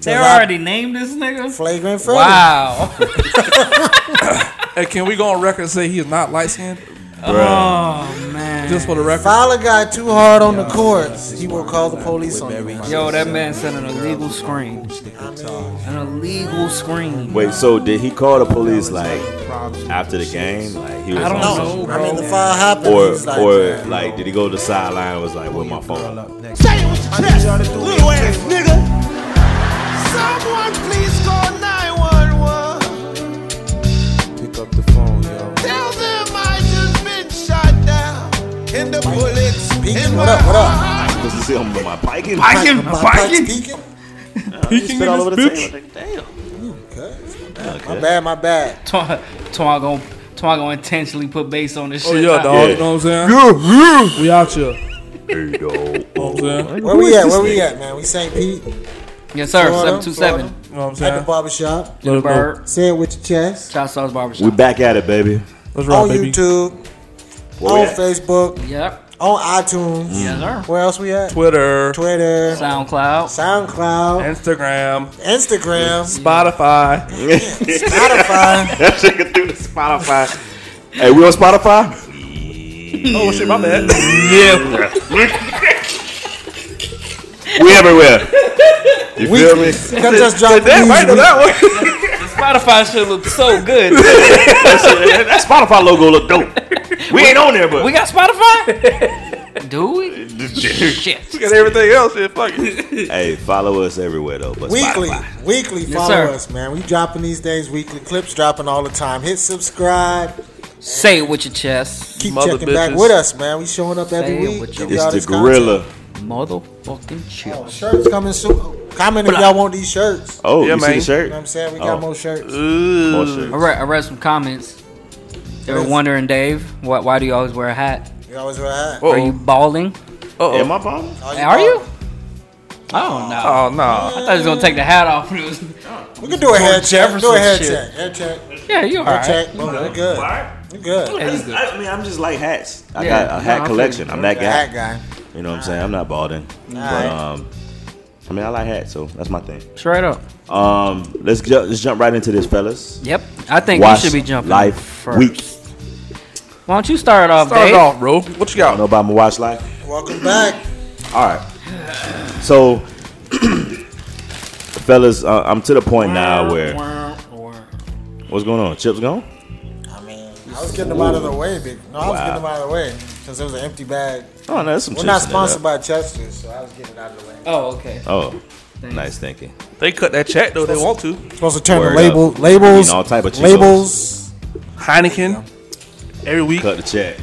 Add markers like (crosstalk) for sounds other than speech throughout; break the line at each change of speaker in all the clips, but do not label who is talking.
They already named this nigga.
Flagrant felony.
Wow.
Hey, can we go on record and say he is not light skinned?
Oh man.
Just for the record.
Fowler got too hard on the courts. He will call the police on you.
Yo, that man sent an illegal screen. An illegal screen.
Wait, so did he call the police like after the game? Like he was
I don't
on-
know,
I mean, the
bro.
fire happened.
Or
he's like,
or like did he go to the sideline and was like with my phone?
Say it with your chest, little ass nigga. Someone please call 911.
Pick up the phone, yo.
Tell them I just been shot down. And the bullets
Pekin,
in
what
my
up, what up?
heart.
Cause you see him with my biking.
Biking,
My pike's
biking.
peeking?
He spit all over the table.
Okay. My bad, my bad.
Twan Twan gonna Twan gonna intentionally put bass on this
Oh,
shit.
yeah, dog.
Yeah.
You know what I'm saying? we out here.
Hey,
You
dog.
know what I'm saying?
Where we at? Where we at, man? We St. Pete
Yes, sir.
Florida,
Seven two seven.
You know what
at
I'm
the
saying?
barbershop.
Let it go.
Bird.
Say it with your chest.
Shot Sauce
We
Barbershop.
back at it, baby.
Let's rock,
On
baby.
YouTube,
Where
on
we (laughs) at?
Facebook,
Yep.
on iTunes.
Yes, sir.
Where else we at?
Twitter,
Twitter,
SoundCloud.
SoundCloud,
Instagram,
Instagram,
Spotify.
Spotify.
That shit can through the Spotify. Hey, we on Spotify?
Oh, shit, my (laughs) bad.
Yeah. we everywhere. You
We
feel me?
(laughs)
(laughs)
come just drop
Damn, I know
music.
that one.
Spotify shit looks so good.
(laughs)
That Spotify logo look dope. We ain't on there, but
We got Spotify? Do we? Shit.
Got everything else, shit, fuck (laughs) it.
(laughs) Hey, follow us everywhere though. But
Weekly,
Spotify.
weekly, follow
sir.
us, man. We dropping these days. Weekly clips dropping all the time. Hit subscribe.
Say it with your chest.
Keep
Mother
checking back
bitches.
with us, man. We showing up every
Damn,
week.
with
Give
your-
y'all
It's
this
the gorilla.
Motherfucking
content.
chill.
Shirts coming soon. Comment if y'all want these shirts. You
Oh,
Yeah,
you see
man.
the shirt?
know what I'm saying? We got
Oh.
more shirts.
More shirt.
I read, I read some comments. They were
Yes.
wondering, Dave, why, why do you always wear a hat?
You always wear a hat.
Oh,
Are you balling?
Am I bomb?
Are
Are you? I don't know.
Oh, no.
I thought he was gonna take the hat off. and it was- (laughs)
We can do a hair check. Do
Jefferson
a hair
shit.
check. Hair check. Hair
yeah, you all right?
check. Boom. We're good. We're good.
Yeah, you good.
I mean, I'm just like hats. I
Yeah,
got
no,
a
I
hat
feel
collection.
you.
I'm that
Hat
guy.
guy.
You know what I'm saying? I'm not balding. But
Alright.
um, I mean, I like hats, so that's my thing.
Straight up.
Um, let's ju- let's jump right into this, fellas.
Yep. I think
Watch
we should be jumping.
Life
first.
Week.
Why don't you start off,
Start it
Dave?
off, bro. What you
I don't
got?
know about my watch life.
Welcome back.
(sighs)
All right. So, (clears throat) fellas, uh, I'm to the point now where what's going on? Chips gone?
I mean, I was getting them out of the way. Big. No, I was
Wow.
getting them out of the way because it was an empty bag.
Oh no, that's some.
We're
chips
not
in there,
sponsored
though.
by Chester, so I was getting it out of the way.
Oh, okay.
Oh,
Thanks.
nice thinking.
They cut that check, though. They want to.
Supposed to turn
Word
the label,
up.
labels,
You know, all type of Chisos.
labels.
Heineken. Every week.
Cut the check.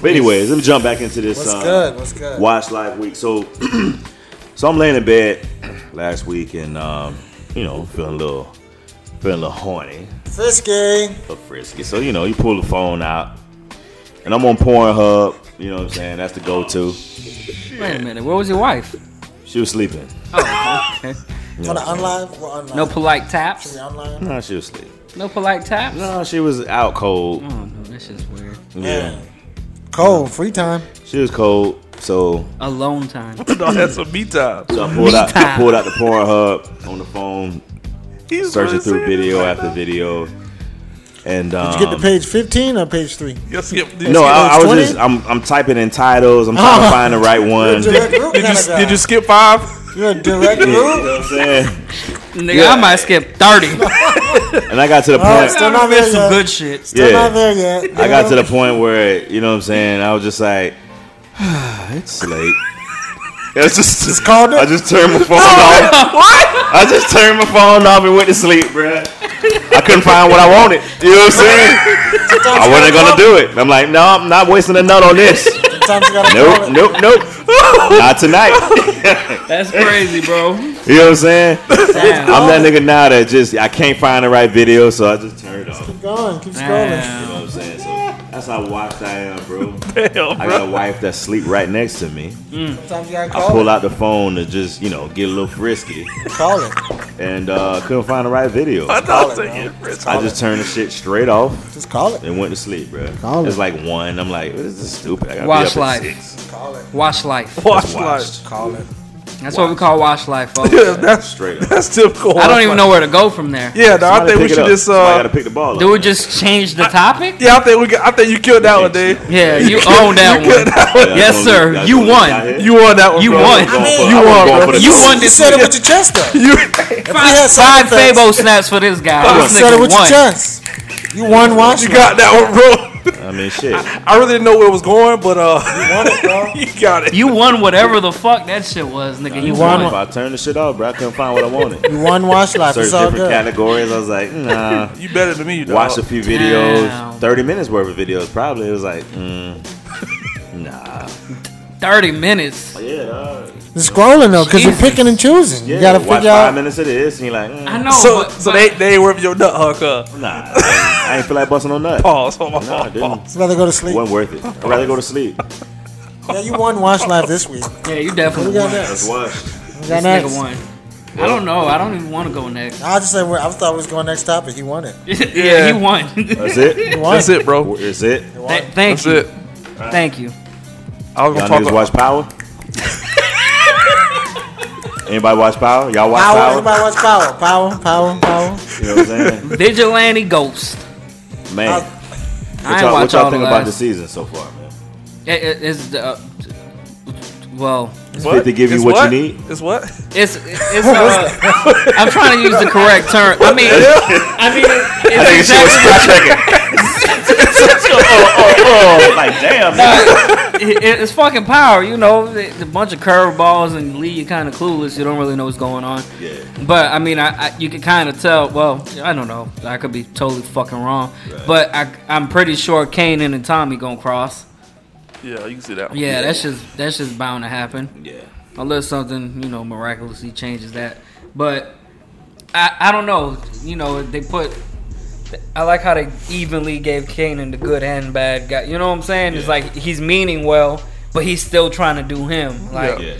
But anyways, let me jump back into this.
What's
uh,
good? What's good?
Watch live week. So, (clears throat) so I'm laying in bed last week, and um, you know, feeling a little, feeling a little horny,
Frisky.
a little frisky. So you know, you pull the phone out, and I'm on Pornhub. You know what I'm saying? That's the go-to.
Wait a minute. Where was your wife?
She was sleeping.
Oh, okay.
On the unlive, we're unlive.
No polite taps.
We unlive.
No, she was asleep.
No polite taps.
No, she was out cold.
Oh no, that's just weird.
Mm-hmm.
Yeah,
Cold, free time.
she was cold. So,
Alone time.
No, that's some me time.
so I pulled out, pulled out the Pornhub on the phone,
He's
searching
really
through
serious
video
right
after
now.
video, and um,
Did you get to page 15 or page 3?
(laughs)
Yo, skip this.
No, I, I was
20?
just I'm I'm typing in titles. I'm trying
Oh.
to find the
(laughs)
right one. You know (laughs)
Direct route
Did
kinda
you,
guy.
did you skip five?
You're a direct route?
what I'm saying?
Nigga,
Yeah.
I might skip thirty.
And I got to the
Oh,
point.
still
(laughs)
not there
There's some
yet.
good shit.
Still not
Yeah,
there yet.
I got to the point where you know what I'm saying. I was just like, (sighs) it's late. (laughs) It's just, just
called it?
I just turned my phone
(laughs)
off.
what?
I just turned my phone off and went to sleep, bruh. I couldn't find what I wanted. You know what I'm saying?
(laughs)
I wasn't gonna do it. I'm like, no, I'm not wasting a nut
(laughs)
on this.
Sometimes you gotta
Nope,
call it.
nope,
(laughs)
nope. Not tonight.
That's crazy, bro.
You know what I'm saying?
Damn.
I'm that nigga now that just I can't find the right video, so I just turn it off. You
Keep going, keep scrolling.
Damn.
know what I'm saying? So that's how watched I am, bro.
Damn,
I got
bro.
a wife that sleep right next to me.
Sometimes you gotta
I pull
call it.
out the phone to just you know get a little frisky,
Call it.
and uh, couldn't find the right video.
I
I
thought I was
Call it,
taking risks.
just turned the shit straight off
Just call it.
and went to sleep, bro.
Call
It's
it.
like one. I'm like, this is stupid. I gotta
Watch
be up
life.
at six.
Call it.
Watch life.
Watch
Watched.
life.
Call it.
That's what we call watch life, folks.
Yeah, that's
Straight up.
that's typical.
I don't even know where to go from there.
(laughs) Yeah, no, I
Somebody
think we
pick it
should
up.
just.
Somebody
Uh,
gotta pick the ball up.
Do we just change the topic?
yeah, I think we. Got, I think you killed that one, Dave. (laughs)
Yeah, you own that one.
Yeah,
Yes,
that's
sir.
what we- that's
You
what we
won.
got here.
You won that one.
You
bro.
won.
Going for-
I mean,
I
you
was
won, bro.
going for the
You
dunk.
won
You
this
said it with your chest though.
You
had sound
Five
effects.
Fabo snaps for this guy.
You
This
said it
nigga
with your
won.
chest. You won once.
you got that one, bro. (laughs)
I mean, shit.
I really didn't know where it was going, but uh,
won it, bro.
(laughs) you got it.
You won whatever the fuck that shit was, nigga. You won.
won
If I turned the shit off, bro, I couldn't find what I wanted.
You won watch life.
Search
It's all
different
good.
categories. I was
(laughs)
like, nah.
You better than me, dog.
Watched a few videos.
Damn.
Thirty minutes worth of videos, probably. It was like, mm, nah.
Thirty minutes.
Yeah. Uh,
It's scrolling though, because you're
Jesus.
picking and choosing.
yeah.
you gotta
watch
figure
five
out.
minutes of this, and you're like, mm,
I know.
So,
Oh, but,
so
but-
they they ain't worth your nut hug. Huh?
nah. I ain't- I ain't feel like busting
(laughs)
no nut.
Pause. Oh, my
Nah, I
fault.
didn't.
It's rather go to sleep.
Wasn't worth it. I'd rather go to sleep.
Yeah, you won watch life this week.
yeah, you
Who
definitely
got
won.
next?
Watch.
Who
This nigga
got next?
won. I don't know. I don't even want to go next. (laughs)
I just said we- I thought we was going next topic. He won it.
yeah,
Yeah.
he won. (laughs)
That's it.
He won.
That's it, bro.
Is it?
He won.
Th- thank
That's
you.
it.
Thank you.
I was
Y'all
gonna talk
niggas
about.
watch
(laughs)
Power? Anybody watch Power? Y'all watch
Power.
Power?
Everybody watch power. Power. Power. Power.
You know what
(laughs)
I'm saying?
Vigilante Ghost.
Man,
I
what
ain't
y'all,
watch
what y'all
all the
think about the
last.
season so far, man?
It, it, it's the, uh, well,
It's
Fit to give you
It's
what you need?
It's
(laughs)
what?
it's it's. Uh, I'm trying to use the correct term. I mean, I (laughs) mean, it's exactly,
(laughs) oh, like damn.
it, it- (laughs) it's fucking power. You know, the, the bunch of curveballs and leave you kind of clueless. You don't really know what's going on.
Yeah.
But I mean, I, I you can kind of tell. Well, I don't know. I could be totally fucking wrong. But I, I'm pretty sure Kanan and Tommy gonna cross.
Yeah, you can see that. One.
Yeah, that's just that's just bound to happen
Yeah.
unless something you know miraculously changes that. But I I don't know. You know they put. I like how they evenly gave Kanan the good and bad guy. You know what I'm saying? It's
Yeah.
like he's meaning well, but he's still trying to do him. Like
Yeah.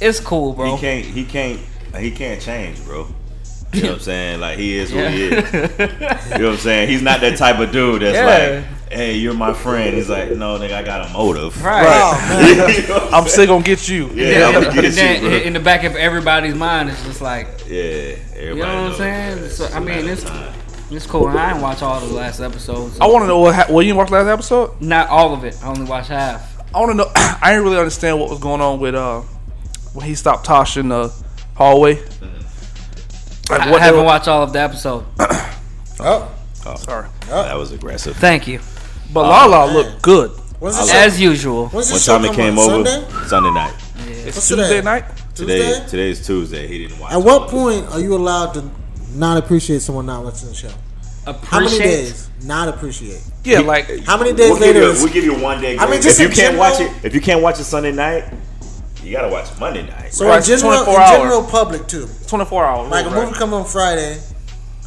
it's cool, bro.
He can't. He can't. He can't change, bro. You
(laughs)
know what I'm saying? Like he is who he
Yeah.
is. You know what I'm saying? He's not that type of dude that's
Yeah.
like, "Hey, you're my friend." He's like, "No, nigga, I got a motive."
Right.
(laughs)
Oh.
You know
(laughs)
what I'm
I'm still gonna get you.
saying?
Yeah,
Yeah, I'm gonna
and
get
then
you, bro.
in the back of everybody's mind, it's just like
Yeah, everybody.
you know what I'm
knows.
saying. So I mean, it's
time.
it's cool. I didn't watch all the last episodes.
I want to know what. Ha- well, you didn't watch the last episode.
Not all of it. I only watched half.
I want to know. (clears throat) I didn't really understand what was going on with uh when he stopped Tosh in the hallway. Like
I
what?
haven't
happened?
watched all of the episode.
Oh,
Sorry,
That was aggressive.
Thank you.
but Lala
Oh,
looked good.
when's the show?
As usual.
When's the
When
show
Tommy
come
came
on?
over
Sunday?
Sunday night.
It's
What's
Tuesday
today?
night.
Today,
Tuesday?
today's Tuesday. He didn't watch.
At what
all.
point are you allowed to not appreciate someone not watching the show? How many
Appreciate.
days? Not appreciate.
Yeah, like
How many days
we'll
later?
Give
is-
you, we'll give you one day.
I mean,
grace.
just
if you
in
can't
general-
watch it, if you can't watch it Sunday night, you gotta watch it Monday night.
so in
Right,
general,
24
in
hour.
general public too.
24 hours.
Like a
right?
movie come on Friday.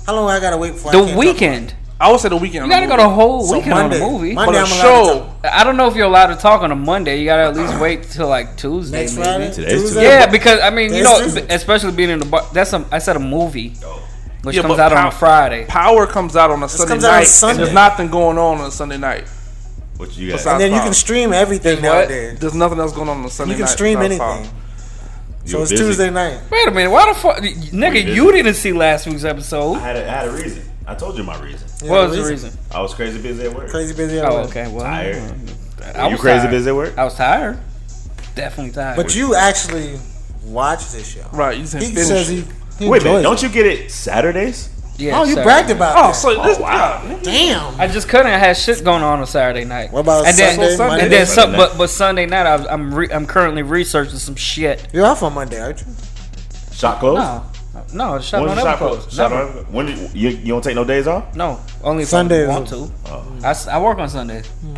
How long I gotta wait for? I can't
The
talk
weekend.
I would say the weekend.
You gotta go the whole
about it?
weekend
Monday,
on a movie.
Monday,
But
I'm
a
allowed to
show.
talk.
I don't know if you're allowed to talk on a Monday. You gotta at least wait till like Tuesday.
Next
maybe.
Friday,
Today's
Tuesday.
Tuesday.
Yeah, because I mean, you
There's
know,
Tuesday.
especially being in the bar. That's some. I said a movie, which
Yeah,
comes
but
out on
how-
a Friday.
Power comes out on a Sunday
comes out on
night.
Sunday.
And there's nothing going on on a Sunday night.
What you got?
Besides-
And then you can stream everything
What?
nowadays.
There's nothing else going on on a Sunday
You
night.
can stream
besides Power.
anything. So
You
it's
busy.
Tuesday night.
Wait a minute. Why the fuck, nigga? You didn't see last week's episode.
I had, a, I had a reason. I told you my reason.
Yeah,
What was the reason?
I was crazy busy at work.
Crazy busy. at
Oh,
work.
okay. Well,
Tired.
I
you
was
crazy
tired.
busy at work?
Mm-hmm. I was tired. Definitely tired.
But you actually watch this show.
Right, you said
He
finish.
says he, he
Wait a minute.
enjoys
Don't you get it Saturdays?
yeah,
Oh, you
sorry.
bragged about
Oh,
that.
so this
wow.
Damn.
I just couldn't. I had shit going on on Saturday night.
What about
and then,
Sunday, Monday?
And then,
Sunday
some,
night.
but but Sunday night, I, I'm re, I'm currently researching some shit.
You're off on Monday, aren't you?
Shot closed.
No, no, shut
When's
on ever
the shop
closed.
closed? Shop
Never.
on- When did, you, you don't take no days off?
No, only if
Sundays.
I want to.
Oh.
I, s- I work on Sundays.
Hmm.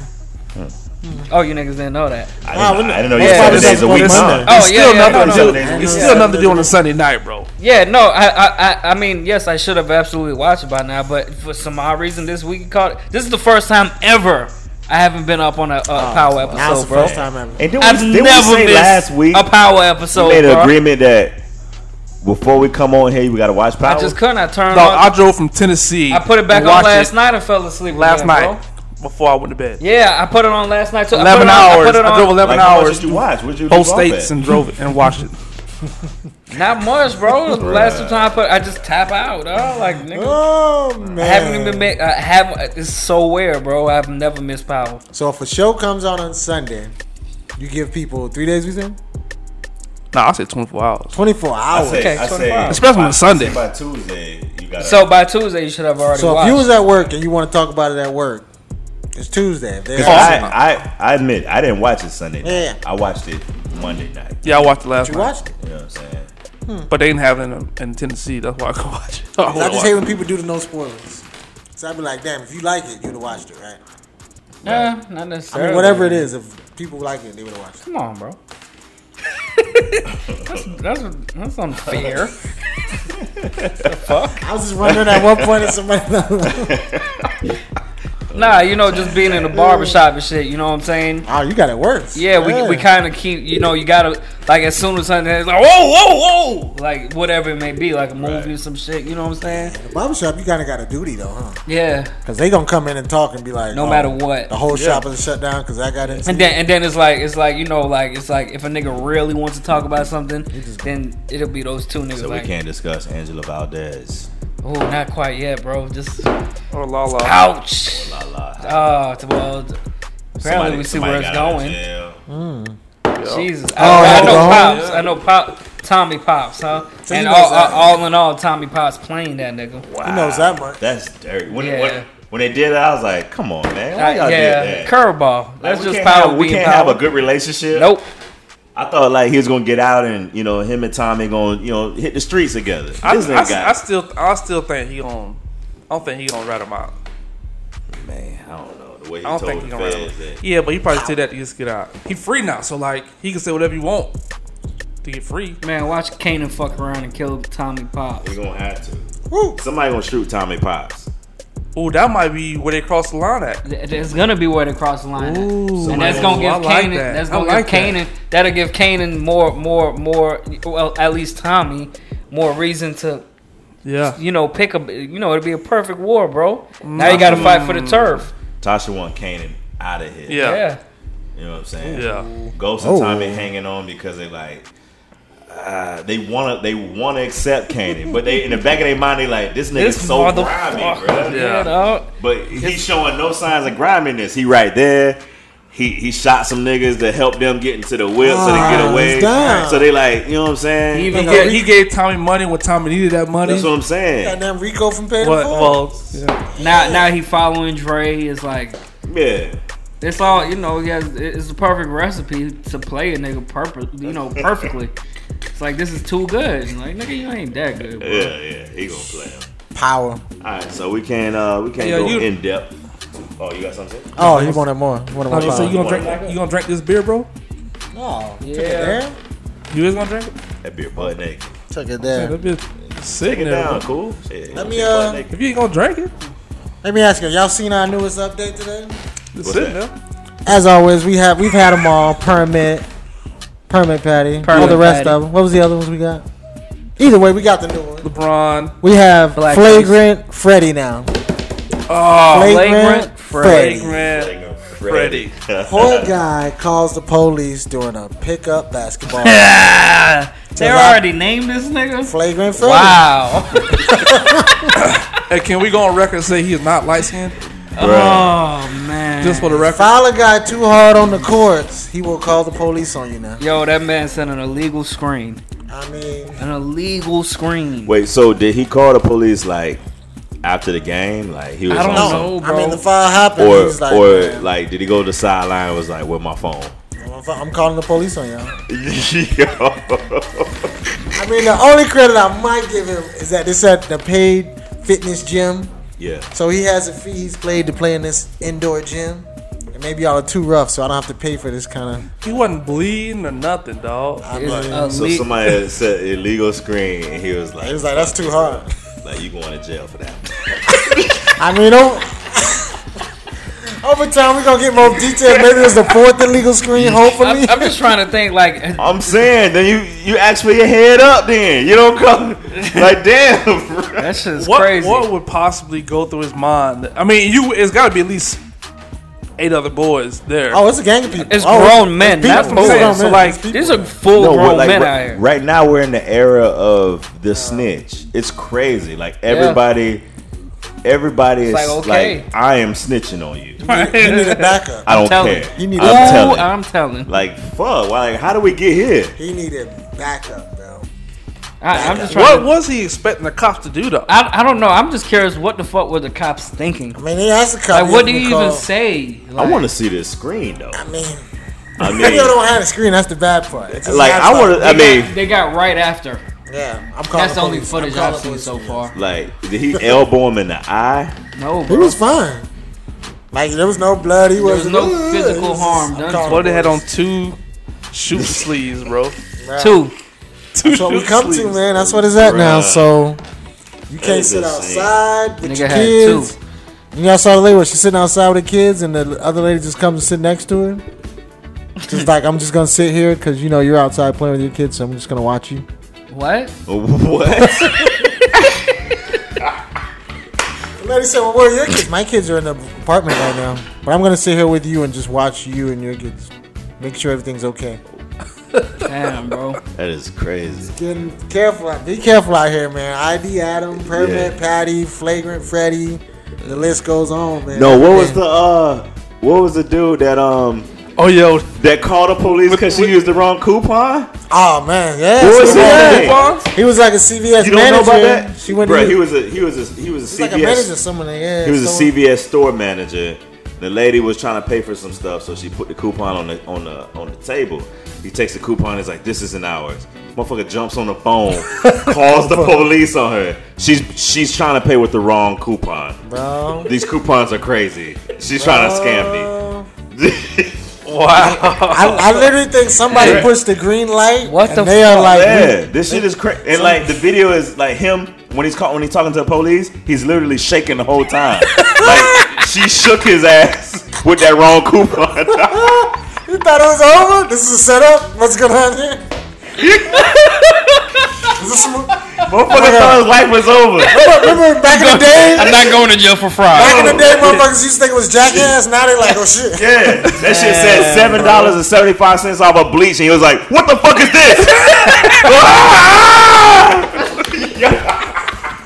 Oh, you niggas didn't know that.
I didn't, know, I didn't know you
Yeah,
had seven
it's
days a
on
week.
Monday.
Nah.
Oh,
It's
yeah,
still
yeah,
nothing
no,
to do.
no.
It's
Yeah.
still nothing to do on a Sunday night, bro.
Yeah, no, I I I, I mean, yes, I should have absolutely watched it by now, but for some odd reason, this week it caught it. This is the first time ever I haven't been up on a, a
Oh,
power
Now's
episode,
the
bro.
first time ever.
And did
I've
we, did we
never
say
missed
last week
a power
we
episode,
made an
bro.
agreement that before we come on here, we gotta watch Power?
I just couldn't. I turned.
Dog,
on,
I drove from Tennessee.
I put it back
to
on
watch
last
it
night and fell asleep.
Last
again,
night
Bro.
before I went to bed.
Yeah, I put it on last night. So
Eleven
I put it on,
hours.
I put it
I,
on.
drove eleven
Like, how much
hours
did you watch? Where'd you
whole
leave off
states
at? (laughs)
and drove it and watched it.
Not much,
(laughs)
bro. The Last two time I put, I just tap out. Oh, like nigga,
Oh man.
I haven't even made. I have. It's so weird, bro. I've never missed power.
So if a show comes out on Sunday, you give people three days. We say
Nah, I said 24 hours.
twenty four hours.
say,
okay,
I say,
25.
Especially on
I say
Sunday.
By Tuesday, you got
So by Tuesday, you should have already
So if
watched.
you was at work and you want to talk about it at work, it's Tuesday. If they're-
I, I, I admit, I didn't watch it Sunday night.
Yeah.
I watched it Monday night.
Yeah, I watched the last
you
one,
watched it.
You know what I'm saying?
but they didn't have it in, in Tennessee. That's why I could watch it. (laughs) I
I
would've
just hate when
watched
people do the no spoilers. So I'd be like, damn, if you like it, you'd have watched it, right?
nah, not
I
necessarily.
mean, whatever it is, if people like it, they would have watched it.
Come on, bro. (laughs) that's, that's that's
(laughs)
unfair.
I was just wondering at what point is (laughs) somebody.
(laughs)
Nah, you know, just being in a barbershop and shit. You know what I'm saying?
oh, you got it worse.
Yeah, we we kind of keep. You know, you gotta like as soon as something it's like whoa whoa whoa like whatever it may be like a movie or some shit. You know what I'm saying?
The barbershop, you kind of got a duty though, huh?
Yeah.
Because they gonna come in and talk and be like,
No
oh,
matter what.
the whole shop is shut down because I got it.
And then and then it's like it's like you know like it's like if a nigga really wants to talk about something, then it'll be those two niggas.
So
like,
we can't discuss Angela Valdez.
Oh, not quite yet, bro. Just
it. Or Oh, La La.
ouch.
La la.
Oh, t- well, t- apparently we see where it's
got out of
going.
jail.
Jesus, I, I
Oh,
know
the
pops. I know pop. Tommy pops, huh?
he
and
knows
all,
that.
all, all in all, Tommy pops playing that nigga.
Wow.
He knows that much.
That's dirty. When,
Yeah.
when, when they did that, I was like, come on, man. Why y'all
Uh, yeah,
did that?
curveball.
Like,
That's
we
just
can't
power
Have, we
being
can't
power.
have a good relationship.
nope.
I thought like he was gonna get out and you know him and Tommy gonna you know hit the streets together. This
I,
nigga
I, I
got
still, I still think he on. I don't think he gonna rat him out.
man. I don't know the way he
I don't
told
think he
the
gonna rat him
feds that.
out. Yeah, but he probably said that to just get out. He free now, so like he can say whatever he want to get free.
Man, watch Kanan fuck around and kill Tommy pops.
We gonna have to.
Woo.
Somebody gonna shoot Tommy Pops.
Ooh, that might be where they cross the line at.
Th- It's gonna be where they cross the line, at.
Ooh.
and that's gonna
Ooh, Oh, I
give
like
Kanan.
that.
That's
I
gonna
like
give
that.
Kanan. That. will give Kanan more, more, more. Well, at least Tommy more reason to
Yeah.
you know pick a. You know, it'll be a perfect war, bro. Now you gotta fight for the turf.
Tasha want Kanan out of here.
Yeah.
Yeah,
You know what I'm saying?
Yeah.
Ghost and Tommy hanging on because they like uh, they wanna they wanna accept Kanan, but they in the back of their mind they like this nigga's
this
so grimy,
motherfucker.
bro.
Yeah,
Yeah.
dog.
But he's showing no signs of griminess. He right there. He he shot some niggas to help them get into the whip so they get
Ah,
away.
he's down.
So they like, you know what I'm saying?
He
He,
even
gave, he gave Tommy money when Tommy needed that money.
That's what I'm
And
saying.
then Rico from Paid
But,
well,
well, yeah.
now, now he following Dre. He is like.
Yeah.
It's all you know. Yeah, it's the perfect recipe to play a nigga purpose. You know, perfectly. It's like this is too good. And like nigga, you ain't that good. Bro.
Yeah, yeah. He gonna play him.
Power.
Alright, so we can uh we can't
Hey, yo,
go
you-
in depth. Oh, you got something? to say?
Oh, he wanted more. He wanted more
so you
power.
gonna drink? You gonna drink this beer, bro?
Oh, took it
Yeah.
there.
You is gonna drink it?
That beer butt naked.
Took it there.
That beer sick
Take it
now,
down,
bro.
cool. Shit,
Let
that
me,
shit butt
uh,
naked.
If you ain't gonna drink it,
Let me ask you, y'all seen our newest update today?
it's
What's
sitting
that?
there.
As always, we have we've had them all. Permit, permit patty, all
Permit
the rest
Patty.
of them. What was the other ones we got? Either way, we got the new one.
LeBron.
We have
Black
flagrant Freddy now.
Oh,
Flagrant
Freddy.
flagrant.
Like a
Freddy.
Poor
(laughs)
guy calls the police during a pickup basketball.
(laughs) they already named this nigga.
flagrant Freddy.
Wow.
Hey, can we go on record and say he is not light skinned?
Bruh.
Oh man.
Just for the record.
If Foul a guy too hard on the courts, he will call the police on you now.
Yo, that man sent an illegal screen.
I mean,
An illegal screen.
Wait, so did he call the police like after the game? Like he was
I don't
on some-
know.
no, I
Oh, bro.
mean the foul happened.
or
he's like,
or
"Man,
like did he go to the sideline and was like with my phone (laughs)
I'm fi- I'm calling the police on y'all.
Yo.
I mean, the only credit I might give him is that this at the paid fitness gym,
yeah
so he has a fee he's played to play in this indoor gym. And maybe y'all are too rough, so I don't have to pay for this kind
He wasn't bleeding or nothing, dog.
of.
It's uh,
It
so
ille-
somebody said illegal screen and he was like
was like that's too hard.
like you going to jail for that
I mean, over, over time we're gonna get more details. Maybe it's the fourth illegal screen. Hopefully,
Mm. I'm, I'm just trying to think. Like,
i'm saying then you you ask for your head up then you
(laughs)
don't come like damn bro.
that shit's
What
crazy.
what would possibly go through his mind? I mean, you it's got to be at least eight other boys there.
Oh, it's a gang of people.
It's
oh,
grown men,
people.
not
It's
boys.
grown
So,
men.
like,
It's people.
There's a full
we're
grown
like,
men
right,
out here. (laughs)
right now we're in the era of the snitch. It's crazy. Like everybody, everybody is
like,
like,
okay.
I am snitching on you. (laughs)
you need a backup.
I don't
telling.
care.
You need
I'm
to-
telling.
I'm telling.
like fuck. Why? Like, how do we get here?
He needed backup, bro.
I, I'm just trying.
what
to,
was he expecting the cops to do though?
I, I don't know. I'm just curious. What the fuck were the cops thinking?
I mean, he has to come.
Like, what do you even say?
I want to see this
(laughs)
screen though.
I mean,
I
video
mean,
don't have a screen. That's the bad part. It's just
like
not
I want to. I mean,
They got right after.
Yeah, I'm calling.
That's the only
police.
footage
I'm calling
I've seen
police.
so far.
like did he elbow him in the eye? (laughs)
No,
He
bro.
was fine. Like there was no blood. He
was
wasn't-
no
Ugh,
physical
he was-
harm
I'm
done.
calling
Boy, they had on
police.
two shoot sleeves, bro.
Bruh.
two.
Two
That's what we
shoot
come to,
sleeves.
man. That's what it's at now.
Bruh.
So you
That
can't
is
sit
insane.
outside with
Nigga
your
had
kids. You know, I saw the lady where she's sitting outside with the kids, and the other lady just comes and sit next to her. Just like I'm just gonna sit here because you know you're outside playing with your kids, so I'm just gonna watch you.
What? (laughs)
What?
The lady said, "Well, where are your kids? My kids are in the apartment right now, but I'm gonna sit here with you and just watch you and your kids. Make sure everything's okay.
Damn, (laughs) bro.
that is crazy.
Getting careful. Be careful out here, man. ID Adam, Permit
Yeah.
Patty, Flagrant Freddy. The list goes on, man.
No, what was
Man.
the uh? What was the dude that um
Oh yo,
that called the police because she used the wrong coupon?
Oh man, yeah.
What was
she
that?
was- He was like a CVS
You don't
manager.
know about that?
She went.
Bruh,
to,
he was a he was a he was
he's
a
like a
CVS.
manager. Someone. Yeah.
he was
so-
a CVS store manager. The lady was trying to pay for some stuff, so she put the coupon on the on the on the table. He takes the coupon. He's like, "This isn't ours." Motherfucker jumps on the
(laughs)
phone, calls the police on her. She's she's trying to pay with the wrong coupon.
Bro.
These coupons are crazy. She's trying to scam
Uh,
(laughs) me.
wow.
(laughs) I, I literally think somebody
Yeah.
pushed the green light.
What
and
the
They are
fuck?
like,
yeah, this shit is crazy. And like the video is like him when he's caught when he's talking to the police. He's literally shaking the
(laughs)
whole time. like she shook his ass with that wrong coupon. (laughs)
You thought it was over? This is a setup? What's going on here?
(laughs)
Is this some-
Motherfucker thought his life was
(laughs)
over.
remember back in the day?
not going to jail for fraud.
Back in the day, motherfuckers used to think it was jackass. Now they like, oh shit.
Yeah, that shit said seven dollars and seventy five cents off a bleach, and he was like, "What the fuck is this?" (laughs) Ah!
(laughs)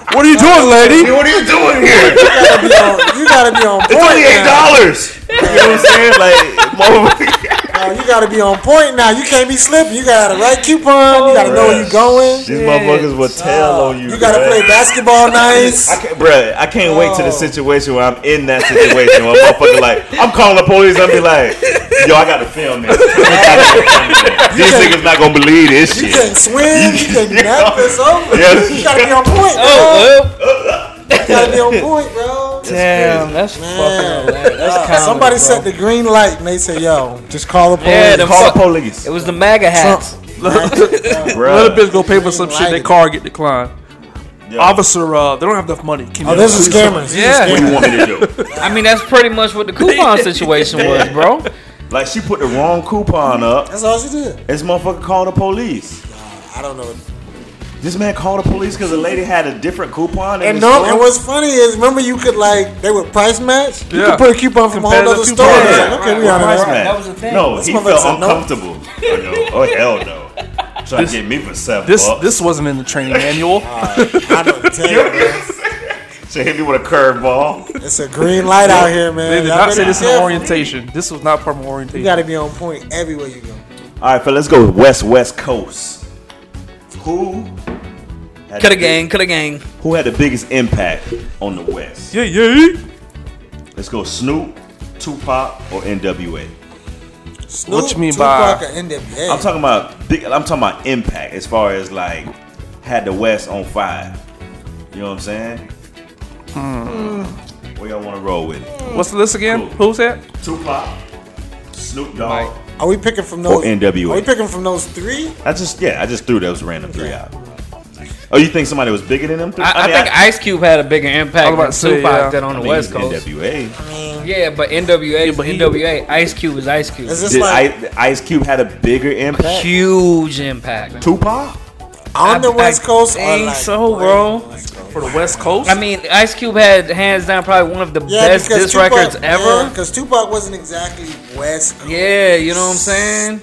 What are you doing, lady?
what are you doing (laughs) here?
You gotta be on, you gotta be on
It's
point
only eight
now.
dollars. You know what I'm saying? Like, motherfucker.
Now, You gotta be on point now. You can't be slipping. You gotta have the right coupon. (laughs) You gotta know where you're going.
These motherfuckers will tell on you.
You gotta
bruh.
play basketball nice.
I can't, bruh, I can't wait to the
Oh.
situation where I'm in that situation where a motherfucker like, I'm calling the police. I'm be like, yo, I gotta film this. These niggas not gonna believe this
You
shit.
can't swim. You
(laughs)
can't nap. It's over.
Yeah.
You gotta be on point, bro.
Oh, well,
You gotta be on point, bro.
damn, that's
Man.
fucking hilarious. That's comedy,
Somebody
bro.
set the green light and they say, yo, just call the police.
Yeah, the
Call
fuck.
the police,
It was the MAGA hats.
Let a
bruh.
bitch go pay for some shit. Their car get declined.
Yo,
Officer, uh, they don't have enough money. Can
Oh,
you-
this is scammers. These are
Yeah.
what do
scammers.
you want me to do?
(laughs) I mean, that's pretty much (laughs) what the coupon situation was, bro.
Like, she put the wrong coupon up.
That's all she did.
This motherfucker called the police.
I don't know.
This man called the police because the lady had a different coupon. in
And
the
no,
store.
and what's funny is, remember you could like they would price match. You
Yeah.
could put a coupon from a whole other
Competitive
store.
coupon.
It's like,
Yeah.
okay, we
Right,
out of
price
there.
right.
match.
That was the thing.
No,
This
he
motherfucker
felt
said no.
uncomfortable. Oh, no. oh hell no. Trying to get me for seven
This
bucks.
this wasn't in the
(laughs)
training manual.
I don't tell you, man.
She hit me with a curveball.
It's a green light out here, man.
They did
Y'all
not
better
say
be
this in
careful.
orientation. This was not part of
You
orientation.
gotta be on point everywhere you go.
All right, fella, let's go with West West Coast. Who had
Cut
the
a gang, cut a gang.
big- Who had the biggest impact on the West?
Yeah, yeah.
Let's go Snoop, Tupac, or NWA.
Snoop,
What you mean
Tupac
by-
or NWA?
I'm talking about big. I'm talking about impact as far as like had the West on fire. You know what I'm saying? Hmm. Where y'all want to roll with it?
What's the list again? Who's that?
Tupac, Snoop Dogg.
Are we picking from those?
NWA.
Are we picking from those three?
I just yeah, I just threw those random three out. Oh, you think somebody was bigger than them? Three?
I, I, think Ice Cube had a bigger
I
impact
was about
than
to say,
Tupac
yeah.
than on the
I mean,
West
he's
Coast.
NWA.
Yeah, but NWA, is
but he-
NWA, Ice Cube is Ice Cube.
Is this
Did
like
I, Ice Cube had a bigger impact?
Huge impact.
Tupac?
on
I-
the West
I
Coast. are
think
like
so,
great
bro.
on the West Coast.
for the West Coast.
I mean, Ice Cube had hands down probably one of the
Yeah,
best
because
diss records ever.
Because Tupac wasn't exactly West Coast.
Yeah, you know what I'm saying.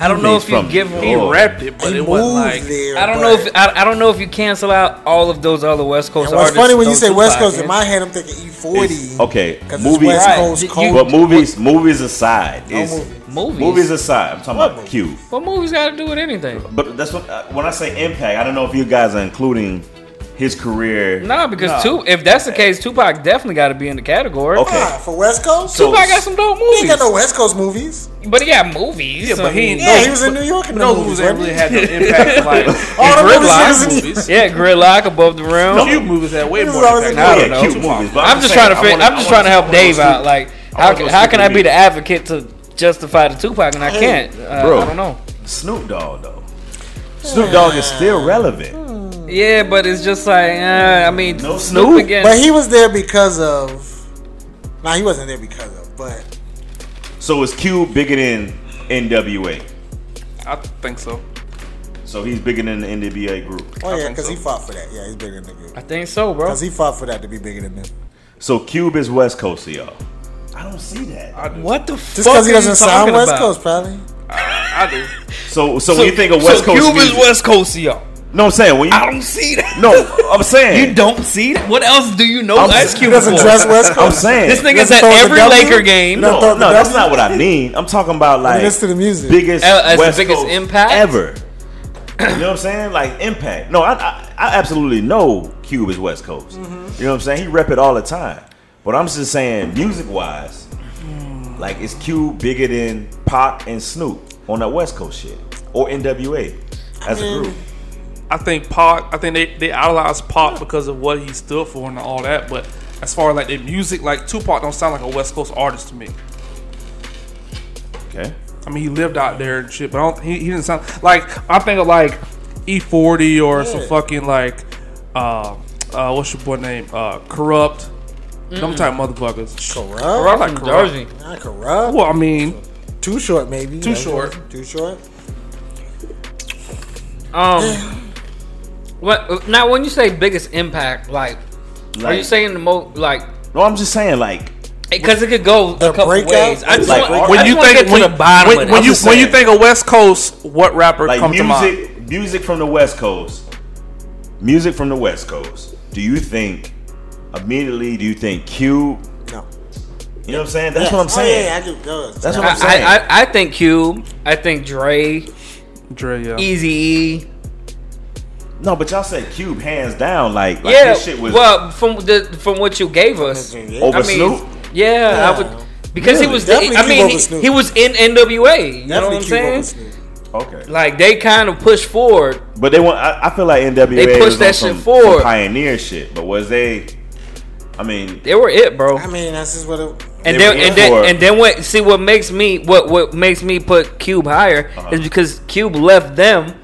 I don't know
He's
if you
from
give
New
him.
York.
he rapped it, but
He
it
moved
wasn't like
there.
I don't
but-
know if I, I don't know if you cancel out all of those other West Coast
And what's
artists.
funny when you
throw
say West
Tupac
Coast, in my head, I'm thinking E40.
It's- okay,
'cause it's
movies,
West
Right.
Coast
You-
culture.
but movies, movies aside, is
movie.
Oh, movies.
movies aside, I'm talking
What
about
movie?
Cube.
What movies got to do with anything?
But that's what uh, when I say impact, I don't know if you guys are including his career.
Nah, because two. If that's the case, Tupac definitely got to be in the category.
Okay.
Why? for West Coast.
So-
Tupac got some dope
he ain't
movies,
got no West Coast movies.
but he got movies.
Yeah,
I
but he ain't
mean-
Yeah,
No,
he was in New York in the
no
movies.
movies
wasn't
that
he?
really had
(laughs)
no impact. Like
All
in
the
Red
movies
Line
is in-
movies,
yeah, Gridlock above the rim.
No,
Cube movies had way
This
more
is always
impact.
in- I
don't know.
Oh, Cube movies. but
I'm just
saying,
trying to
I
fit,
wanna-
I'm
I
just
wanna-
trying to help
I wanna
Dave
see-
out. Like,
I
how,
wanna
can-
go
how
see
can I
Cube.
be the advocate to justify the Tupac and I
Hey,
can't? Uh,
bro.
I don't know.
Snoop Dogg though. Snoop Dogg is still
Hmm.
relevant.
Yeah, but it's just like uh, I mean,
No
Snoop,
Snoop.
again.
But he was there because of. Nah, he wasn't there because of. But
So is Cube bigger than NWA?
I think so.
So he's bigger than the NWA group.
oh
I
yeah,
think
because he
so.
fought for that. Yeah, he's bigger than the group.
I think so, bro.
Because he fought for that to be bigger than them.
So Cube is West Coast to y'all. I don't see that.
What the
Just
fuck?
because he
are you
doesn't sound
talking
West
about?
Coast, probably.
I do.
So, so, when you think of West Coast,
Cube is
music,
West Coast, to y'all.
No, I'm saying when you.
I don't see that.
no, I'm saying
You don't see that. What else do you know?
I'm-
Ice
He
Cube
doesn't
for?
dress West
I'm
Coast.
saying
This nigga's
Doesn't
at
throw the
every
W?
Laker game.
No,
throw
no,
the
that's
W?
(laughs)
not what I mean. I'm talking about like
listen to the music.
biggest
Uh, as the
West
biggest
Coast
impact? (clears throat)
ever. You know what I'm saying? Like impact. No, I I, I absolutely know Cube is West Coast.
Mm-hmm.
You know what I'm saying? He rep it all the time. But I'm just saying, music wise, like is Cube bigger than Pac and Snoop on that West Coast shit or NWA as a group?
I think Pac. I think they they idolized Pac because of what he stood for and all that. But as far as like their music, like Tupac don't sound like a West Coast artist to me.
Okay.
I mean, he lived out there and shit, but I don't, he, he didn't sound like I think of like E40 or some fucking like uh, uh, what's your boy name? Uh, corrupt. Them type motherfuckers.
Corrupt.
Corrupt, like
From
corrupt.
Jersey.
Not corrupt.
Well, I mean,
Too short, maybe.
Too short.
Too short.
Um, what now? When you say biggest impact, like, are you
Like-
saying the most like?
No, I'm just saying like
Because it could go a
The
couple
breakout?
ways. I just
Like,
want, I
when
just
you
wanna
think
get to
when,
the bottom
when,
of it.
when
I'm
you
just
when you
saying.
think of West Coast, what rapper
like
comes to mind?
music music from the west coast music from the west coast do you think immediately do you think cube
No.
you know what i'm saying that's
Yes.
what i'm
Oh, yeah,
saying
I do. no, it's
That's
not-
what I'm
I,
saying.
I, I, I think Cube. I think Dre,
Dre, yeah.
Easy E.
no but y'all said cube hands down like, like
yeah.
this shit was
well, from the from what you gave us,
Over
I mean,
Snoop?
yeah,
Yeah.
I would because
Really?
he was. The,
Definitely
I
Cube
mean,
over
he,
Snoop.
he was in NWA. You know what
Definitely
I'm
Cube over
saying?
Snoop.
okay
Like they kind of pushed forward.
but they want I, I feel like nwa
They pushed
was on
that
some-
shit forward.
some pioneer shit but was they i mean
They were it, bro.
I mean, that's just what it.
and
They
then
were
and then
for-
and then what? See what makes me what what makes me put Cube higher
Uh-huh.
is because Cube left them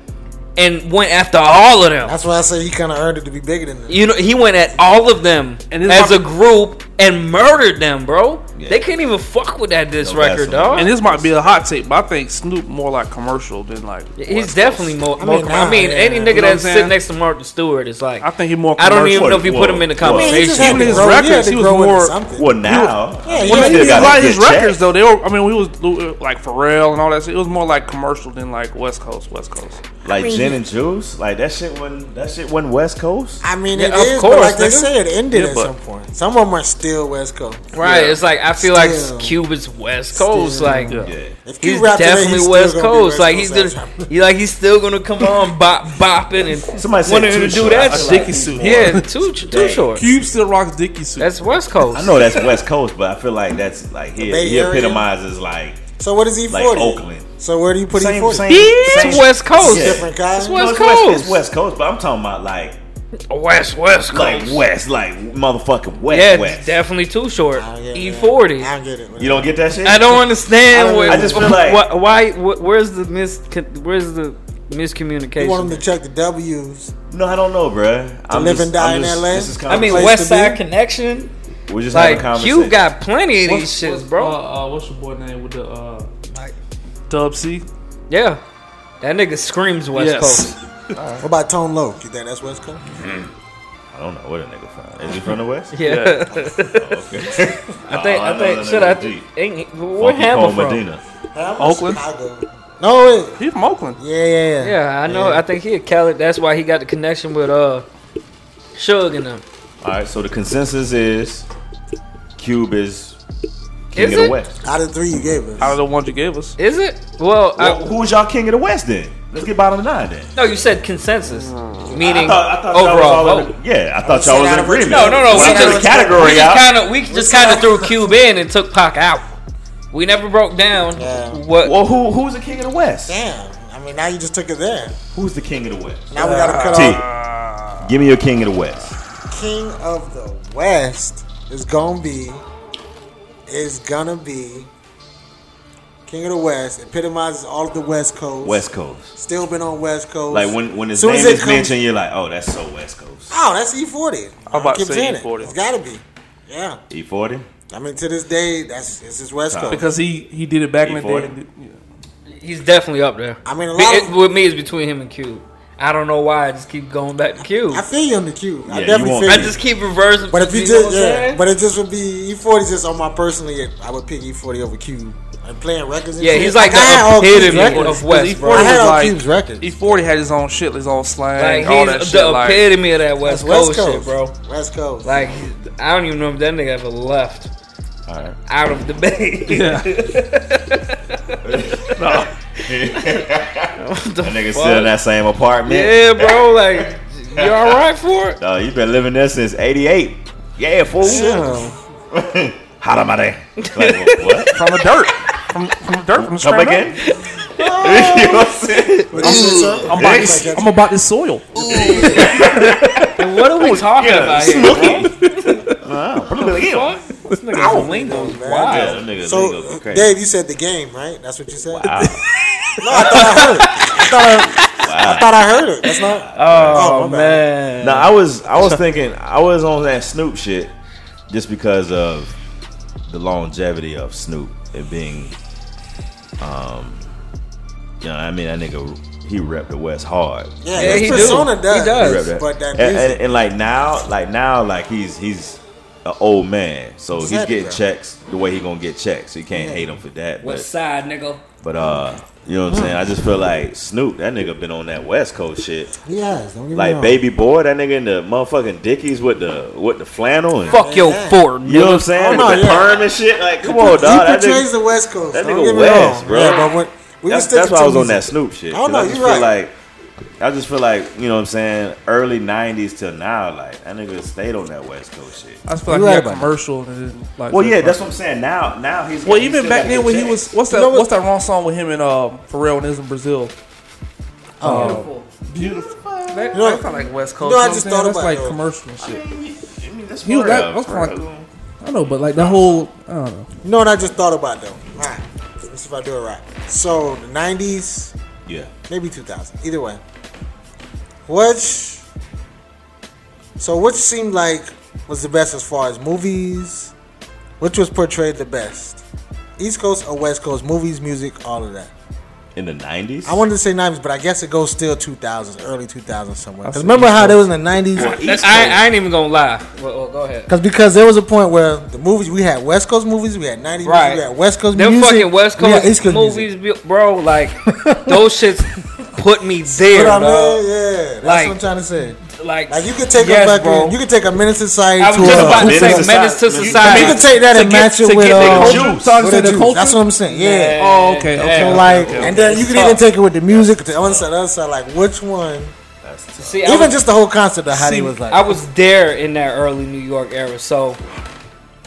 and went after all of them.
That's why I say he kind of earned it to be bigger than them.
You know, he went at all of them
And this
as
my-
a group and murdered them, bro.
Yeah.
They couldn't even fuck with that this
No,
record,
that's what-
dog.
And this might be a hot take, but I think Snoop more like commercial than like.
He's
West
definitely more.
I
more
mean,
com-
nah,
I mean,
yeah,
any
yeah.
nigga
You know
what I'm
that's
saying?
sitting next to Martha Stewart is like.
Coast. I think he more.
I
Commercial.
don't even know if you
Whoa,
put him in the
whoa. I mean,
he just
conversation.
had
Even
to
his
grow.
records,
he, had to
he was
grow into
more-
something.
well now
Yeah,
we
he was-
still
he
a
got
lot of
good
his
check.
records though, they were. I mean, we was uh, like Pharrell and all that. shit. It was more like commercial than like West Coast, West Coast.
like
mean,
gin
he-
and juice like that shit wasn't that shit wasn't west coast
I mean,
Yeah,
it
of
is, but
course,
like they
nigga.
say, it ended
Yeah,
at
but-
some point. Some of them are still West Coast.
Right? It's like I feel
Still.
like Cube is West Coast,
Still.
like.
Yeah.
yeah
If Cube
He's
rapped today,
definitely
he's still
West
gonna be
Coast. Like he's
Coast
gonna,
rapper.
he, like he's still gonna come
(laughs)
on bop, bopping and
Somebody said
wanting him
too
to do
short. I
that.
think
shit.
Dicky suit.
yeah, too too
Dang.
short.
Cube still rocks Dicky suit.
That's West Coast.
I know that's West Coast, but I feel like that's like he,
Bay
he
Area?
epitomizes like
So what is E40?
like Oakland.
So where do you put
Same-
E40?
same-
He
same-
is West Coast.
Yeah.
Different guys.
No,
West
it's West,
Coast.
it's West Coast, but I'm talking about like
West West Coast.
like West, like motherfucking West.
yeah,
West.
definitely too short.
I don't get it,
E forty.
man. Oh, I don't get it.
you don't get that shit.
I don't understand.
I don't
what,
know.
I just feel like-
why, why wh- where's the mis where's the miscommunication?
You want them to check the W's.
No, I don't know, bruh. I'm
live and die in LA?
This is
I mean,
conversation.
place
West
to
Side
be?
Connection.
we're just having a
Like
conversation.
Cube got plenty of these
What's-
shits,
what's-
bro.
Uh, uh, what's your boy name with the uh,
Like-
Dub C?
(laughs)
Yeah, that nigga screams West Coast.
What about Tone Low? You think that's West Coast?
I don't know where the nigga from. Is he from the West?
(laughs) Yeah,
Oh, okay.
I think.
Oh,
I,
know
think.
that
Should
nigga
I?
deep.
Think, ain't, where
Funky
Hammer
Cole
from?
Medina.
Oakland?
No, wait.
He's from Oakland.
Yeah, yeah, yeah.
Yeah, I know. I think he a Khaled. That's why he got the connection with uh, Suge and them.
All right, so the consensus is Cube is King
Is
of the
it?
West.
Out of three you gave us.
Out of the ones you gave us.
Is it? Well, I,
Well, who's y'all King of the West then? Let's get bottom of the nine then.
no, you said consensus, meaning
uh, I thought, I thought
overall
y'all was all in
vote.
ag- yeah, I thought
said
y'all was
out
in
of what you
agreement.
No, no, no.
When I
We
said
threw
out
the
just
of what
category
we just
out.
Kinda, we just kind of threw Cube in and took Pac out. We never broke down
Yeah.
what.
well, who who's the King of the West?
Damn. I mean, now you just took it there.
Who's the King of the West?
Now we gotta cut
T,
off. Uh,
give me your King of the West.
King of the West is gonna be is gonna be King of the West epitomizes all of the West Coast.
West Coast.
still been on West Coast.
Like when when his
Soon
name
as
is
it comes-
mentioned, you're like, oh, that's so
(laughs)
West Coast.
Oh, that's E forty.
I'm about to say E
saying it.
E40.
It's gotta be. Yeah.
E40.
I mean to this day, that's this is West Coast.
Because he, he did it back in the
E40.
day. and did- yeah.
He's definitely up there.
I mean, a
Be-
lot
it-
of-
with me it's between him and Cube. I don't know why I just keep going back to Cube.
I
I,
feel you on the cube. I
Yeah, you
definitely
want-
feel
I
you.
just keep reversing.
but if you
know what I'm
just yeah,
saying?
but it just would be E forty just on my personally I would pick E forty over cube. And playing records and
yeah,
shit.
he's like
I had
the
all Cube's
epitome
records.
of West, bro.
I
Like
had all
E Like-
Cube's records.
E40 had his own shit, his own slang,
he's
all that shit.
the
Like,
epitome of that West,
That's
Coast,
West Coast,
shit, bro.
West Coast.
Like I don't even know if that nigga ever left
All right.
out of
(laughs)
debate.
yeah.
That nigga still in that same apartment.
yeah, bro. Like you all right for it?
Dawg, you been living there since '88. Yeah, fool. Hot out
(laughs)
my day. Like, what? what?
from the dirt. (laughs) From, from dirt, from
Come
straight
(laughs)
up.
again?
Oh.
(laughs) you know what I'm saying?
I'm about, this, I'm about this soil. (laughs)
And what are we talking
(laughs) yeah,
about here? Bro?
Yeah,
This nigga's lingo is wild.
that nigga lingo
so,
go
uh,
crazy.
Dave, you said the game, right? That's what you said. (laughs)
Wow.
I thought I heard it. That's not.
Oh,
Oh, my
man.
No, I was I was thinking I was on that Snoop shit just because of the longevity of Snoop and being, um, you know, what I mean, that nigga he repped the West hard.
Yeah,
Yeah,
his
he do.
persona
He
does.
does.
Rep that.
But that
and, and,
music.
and like now, like now, like he's he's an old man, so he's
Exactly,
getting
bro.
checks the way he gonna get checks. So you can't hate him for that.
West
But,
side, nigga?
but uh, you know what I'm saying? I just feel like Snoop, that nigga been on that West Coast shit.
He has. Don't get me
Like
wrong.
baby boy, that nigga in the motherfucking Dickies with the with the flannel and
Fuck your
Yeah.
fort.
you know what I'm saying?
Oh, no,
with the
yeah.
perm and shit. Like, come
He
on, dog. That
portrays
nigga,
the West Coast.
that
don't
nigga
get me
West,
wrong.
bro.
Yeah, but when, we was
that's,
sticking
that's why
to
I was on that
music.
Snoop shit.
Oh,
'cause
no,
I just
you
feel
right.
like I just feel like you know what I'm saying. Early '90s till now, like that nigga stayed on that West Coast shit.
I just feel like
You
he
right
had
about that.
commercial. And it, like,
Well, yeah, that's what I'm saying. Now, now he's
Well,
he's
even
still
back
got
then
the
when he
check.
was what's that
You know what-
what's that wrong song with him and um, Pharrell and is in Brazil? Um, Beautiful. That,
Oh. You know-
that's not like West Coast.
you know,
you
I
know
just
what I'm
thought about
saying? that's
it.
like commercial and shit.
I mean, that's
He was-
part
that-
of
that's
it,
kinda
bro.
I know, but like the whole I don't know.
You know what I just thought about though. All right, let's see if I do it right. So the '90s,
yeah.
maybe 2000. Either way, which so which seemed like was the best as far as movies, which was portrayed the best, East Coast or West Coast movies, music, all of that.
In the '90s,
I wanted to say 90s, but I guess it goes still 2000s, early 2000s somewhere.
I
'Cause
see
remember
East
how
Coast.
there was in the 90s?
East Coast.
I, I ain't even gonna lie. Well, well, go ahead.
Because because there was a point where the movies we had West Coast movies, we had 90s
Right.
movies, we had West Coast
Them
music,
fucking West
we had
Coast,
music.
movies, bu- bro. Like those
(laughs)
shits put me
You
there,
know what I
dog.
mean? Yeah, that's
Like-
what I'm trying to say.
Like,
Like you could take
yes,
a fucking,
bro.
you could take a menace to society
I was
to
just
a,
about to
Menace
say
to
menace to
Society.
you could
society.
take that
To
and
get-
match
to
it
get
with
the
uh,
culture.
with
Talking
the
to the
Jews.
culture?
That's what I'm saying. Yeah.
Oh, okay, okay.
So
Yeah.
like,
okay,
and then
okay.
you could
It's
even
tough.
take it with the music to the other side, the other side. Like which one?
That's tough.
See, I
Even
was-
just the whole concept of how they was like.
I was there in that early New York era, so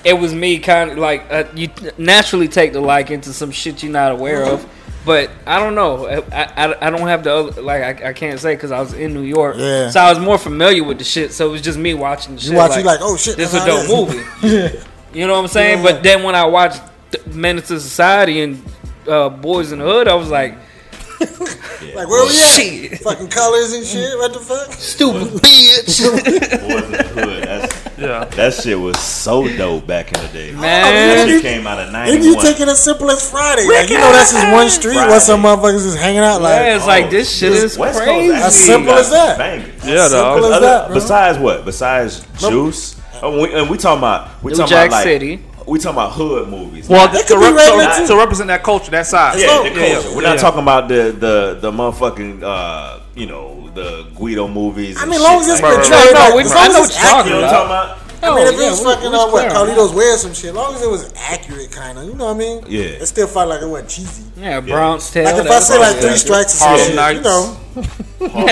it was me kind of like uh, you naturally take the liking to some shit you're not aware of. But I don't know. I I, I don't have the other, like I, I can't say because I was in New York,
Yeah.
so I was more familiar with the shit. So it was just me watching the shit.
watch, you like, oh, shit,
this is
(laughs) that's
a
how
dope
it
movie. You know what I'm saying? But then when I watched Th- Menace to Society and uh, Boys in the Hood, I was like,
like where we at?
shit, Mm-hmm.
Fucking colors and shit. What the fuck?
stupid bitch.
Boys in the hood. That's,
Yeah.
That shit was so dope back in the day. That
Man.
shit came out of
If you
91.
take it as simple as Friday, like you know that's just one street where
Friday.
some motherfuckers is hanging out. Like
Yeah, it's like this shit
This
is
West Coast
crazy.
actually
As simple
got
as that.
bangers.
Yeah,
simple
dog.
as-
Other-
that, bro?
Besides what? Besides Juice. Oh, we, and we talking about we
New
talking
Jack
about like
City.
we talking about hood movies.
Well,
That
to,
could be
rep-
regular
so-
too.
to represent that culture, that side.
yeah, the
yeah,
culture.
yeah.
We're
Yeah.
not talking about the the the motherfucking uh, you know the Guido movies.
I
and
mean,
shit
long as it's
like
been
that.
No,
portrayed,
no,
like,
we-
as
I know
long as
what
it's
you're talking
You
accurate.
know what I'm
(laughs)
talking about?
I
Oh,
mean, if it was
yeah, we-
fucking
we
uh, what
clear on that.
Carlitos wear some shit, long as it was accurate, kind of, you know what I mean?
Yeah.
It still felt like it wasn't cheesy.
Yeah, Bronx Tale.
Like if
that
I
was
say
all
like
good.
three strikes or some
Harlem
shit, you
Nights.
know,
Harlem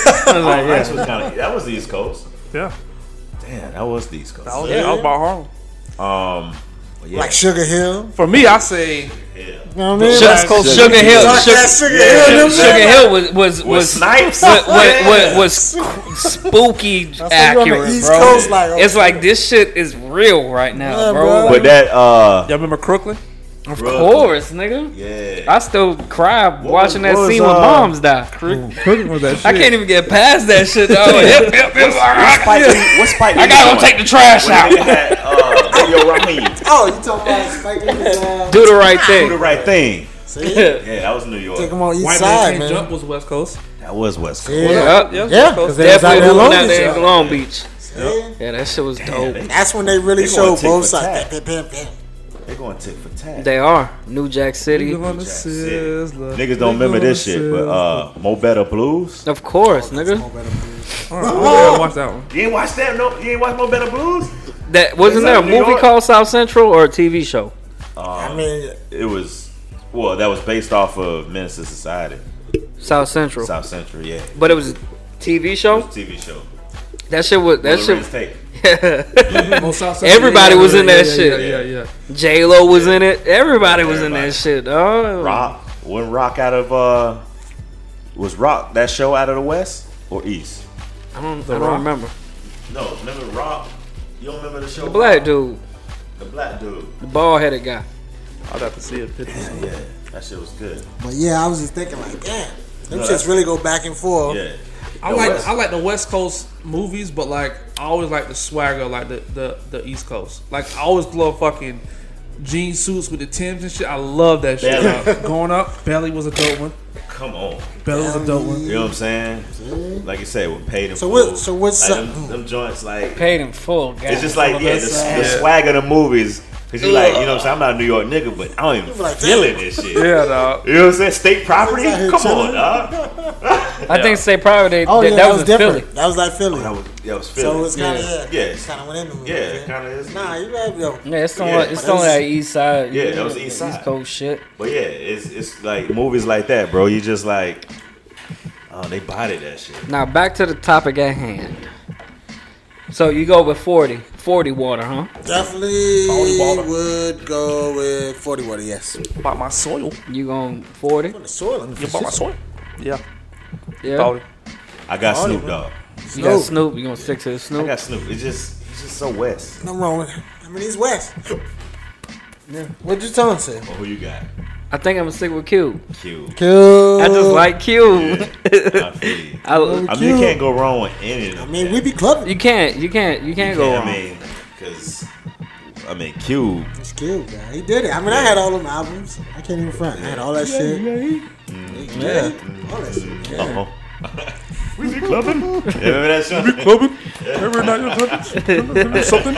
Nights. Harlem
like,
(laughs)
yeah.
Nights was kinda- that was the East Coast.
Yeah.
Damn, that was the East Coast.
That was, that was about Harlem.
Um, yeah.
like Sugar Hill.
For me, I say
You know what I mean?
Sugar,
Like,
Sugar,
Sugar
Hill.
dark
Sugar,
ass Sugar Hill,
Yeah,
them
Sugar
Sugar
niggas.
Hill was was (laughs)
with
was
snipes.
what, what, what was spooky
That's why you
accurate,
on the East
bro.
Coast, like, oh,
it's like this shit is real right now,
Yeah,
bro.
bro.
Like,
But that uh,
Y'all remember Crooklyn?
of
of
course, nigga.
Yeah.
I still cry watching
was-
that
what
scene
was,
when
uh,
moms die.
Cooking was that shit.
I can't even get past that shit. Though. yep, yep, yep.
Spike Lee- what's Spike
(laughs)
Lee?
I gotta go take the trash out.
Had, uh, Yo (laughs) Raheem,
Oh, you talking about Spike Lee's, uh,
Do the right
do (laughs) the
thing. (laughs)
right thing.
See?
Yeah, that was New York.
Take them on each
White Man
side,
Can't
man.
Jump was West Coast.
That was West Coast.
Yeah,
Yep.
Yeah,
yeah,
West
because
Coast.
they was
Definitely
out
moving
there alone.
out
with
there in
y'all.
Long Beach.
Yeah.
Yeah, that shit was
Damn,
dope.
they,
That's when they really
They gonna
showed
take
both
for
sides.
tat.
Bam, bam, bam, bam.
they going tick for tat.
They are New Jack City,
Nigga wanna
Jack
sizzle.
Niggas don't
Nigga
remember this
wanna
shit, but
sizzle.
uh, Mo Better Blues.
of course, nigga.
All right, I'll go watch that one.
You ain't watch that? No, you ain't watch Mo Better Blues.
That wasn't
It's out
there a
of New
movie
York.
called South Central or a TV show?
I mean,
It was well, that was based off of Menace to Society,
South Central,
South Central. Yeah, it
but it was a TV
was
show.
a TV show.
That shit was that
Lorraine's
shit.
Tape.
(laughs)
Most South Central-
Everybody was in that
yeah,
shit.
Yeah, yeah, yeah.
J Lo was in it. Everybody was in
Everybody.
that shit. dawg.
Rock. When Rock out of uh, was Rock that show out of the West or East?
I don't, I don't
Rock.
remember.
No, remember Rock? You don't remember the show?
The black dude,
The black dude.
the bald headed guy.
I'd have to see a picture.
Yeah, that shit was good.
but yeah, I was just thinking like, damn, them
No,
shits
that's-
really go back and forth.
Yeah.
I
The
like
West-
I like the West Coast movies, but like I always like the swagger, like the the, the East Coast. Like I always love fucking jean suits with the Timbs and shit. I love that shit.
Belly.
dog. Growing up, Belly was a dope one.
Come on.
Belly was a dope one.
You know what I'm saying? Like you said, we paid them.
So what-
full.
so what's
like
up?
them, them joints? Like
Paid in full, guy.
it's just like yeah, the, the
Yeah.
swag of the movies. Cause you like, you know what I'm saying? I'm not a New York nigga, but I don't even
be like,
feeling this shit.
Yeah, dog.
You know what I'm saying? State property?
Out here
Come on,
chilling.
dog.
I think say probably they,
Oh
that,
yeah,
that
was
was, in Philly.
different. That was like Philly.
That was, that was
So it
Philly.
was kind of
Yeah.
yeah,
Yeah.
kind of went in. with
yeah,
it,
it kind of is.
Nah, you right, yo.
Yeah, it's on
Yeah.
it's on that east side.
Yeah, that was east side.
East coast shit.
But yeah, it's it's like movies like that, bro. You just like, oh, they bodied that shit.
Now back to the topic at hand. So you go with 40, 40 water, huh?
Definitely
Forty water.
would go with 40 water, yes.
Bought my soil.
You going 40?
On the soil, let me
You bought my soil. Yeah.
Yeah.
Probably.
I got
Bodied,
Snoop Dogg.
You got
Snoop.
Snoop. You gonna stick to the
I
Snoop?
got Snoop. It's just it's just so West.
No wrong with I mean, he's West. Yeah. What'd your tongue say?
Well, who you got?
I think I'm gonna stick with Q.
(laughs)
Q.
Cool.
I just like Q.
Yeah, I feel you.
I,
I mean, you can't go wrong with any of them.
I mean, we be clubbing.
you can't. You can't. You can't go
Yeah,
wrong.
I mean, because I mean, Q.
It's cute, man. He did it. I mean, I had all them albums. I can't even front. I had all that shit. Mm-hmm. Yeah. All that shit. Yeah.
Uh-huh. we be clubbing. Yeah, remember that song? We be clubbing.
Every night you're clubbing. something.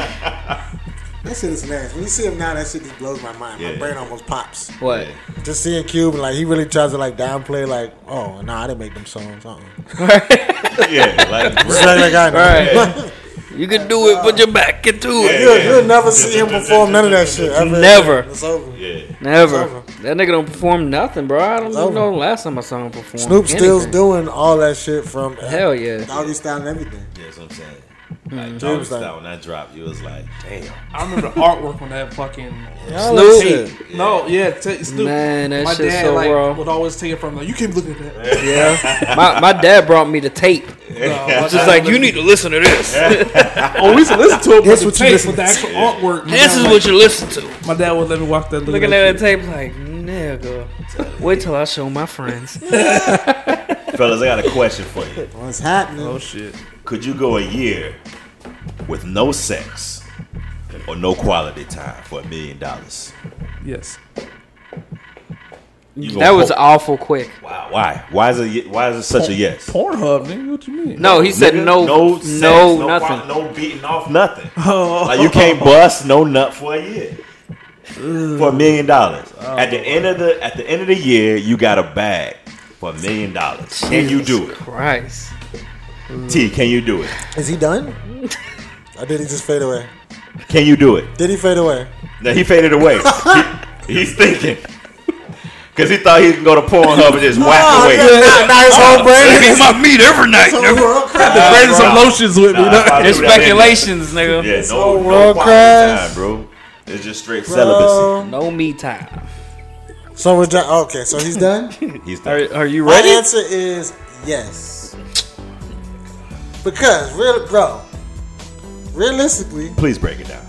That shit is hilarious. When you see him now, that shit just blows my mind. My
Yeah.
brain almost pops.
What?
Just seeing Cube, like he really tries to like downplay, like, oh, nah, I didn't make them songs. Uh-uh.
(laughs) Yeah,
(laughs)
like
Just like that guy.
Right. (laughs) You can do it. Put your back into it.
You'll,
Yeah.
you'll never see him perform none of that shit. Ever.
Never.
It's over.
Yeah.
Never.
It's over.
That nigga don't perform nothing, bro. I don't even
over.
know the last time I saw him perform.
Snoop still's
anything.
doing all that shit from uh,
Hell yeah.
doggy style and everything.
Yeah, that's what I'm saying. Like, Dog
Mm-hmm. was like-
Style, when that dropped, you was like, damn.
I remember the artwork on that fucking.
Snoop.
Shit.
No, yeah, t- Snoop.
Man, that
my
shit's
dad
so
like
raw. (laughs)
would always take it from like you keep looking at that.
Yeah. my my dad brought me the tape.
(laughs) No,
Just like you need to listen to this. (laughs)
Oh, we used to listen to it, but
That's
the
what you
tape
listen
with the
to.
actual artwork. my
This
dad
is
would-
what you listen to.
my dad would let me walk that.
Looking at that tape, like nigga. Wait till I show my friends.
Fellas, I got a question for you.
What's happening?
shit.
Could you go a year with no sex or no quality time for a million dollars.
Yes.
You
(laughs) That
gonna
was
pull-
awful quick.
wow. Why? Why is it? ye- Why is it such a yes?
Pornhub, nigga. What you mean?
No, he said
Nigga,
no, no,
sex,
nothing.
quali- no beating
(laughs)
off, nothing.
Oh.
Like you can't bust no nut for a year, for a million dollars.
Oh.
At the end of the at the end of the year, you got a bag for a million dollars. Can you do it?
Christ.
T, can you do it?
Is he done?
(laughs)
Or did he just fade away?
Can you do it?
Did he fade away?
Now he
(laughs)
faded away. He- he's thinking. Cause he thought he could go to Pornhub and just whack away.
Oh, Nah, nah, his
(laughs)
whole brain
Eat
is
my meat every night.
so
nigga.
world crap.
Nah,
Bring
bro.
some lotions with me.
Nah, if I
It's
do that, then-
speculations, nigga.
Yeah,
so
no, no
world
quality
class.
time, bro. It's just straight celibacy.
Bro.
(laughs) No me time.
So we're done. Okay, so he's done?
He's done.
Are, are you
My
ready?
answer is yes. Because, real, bro, realistically,
Please break it down.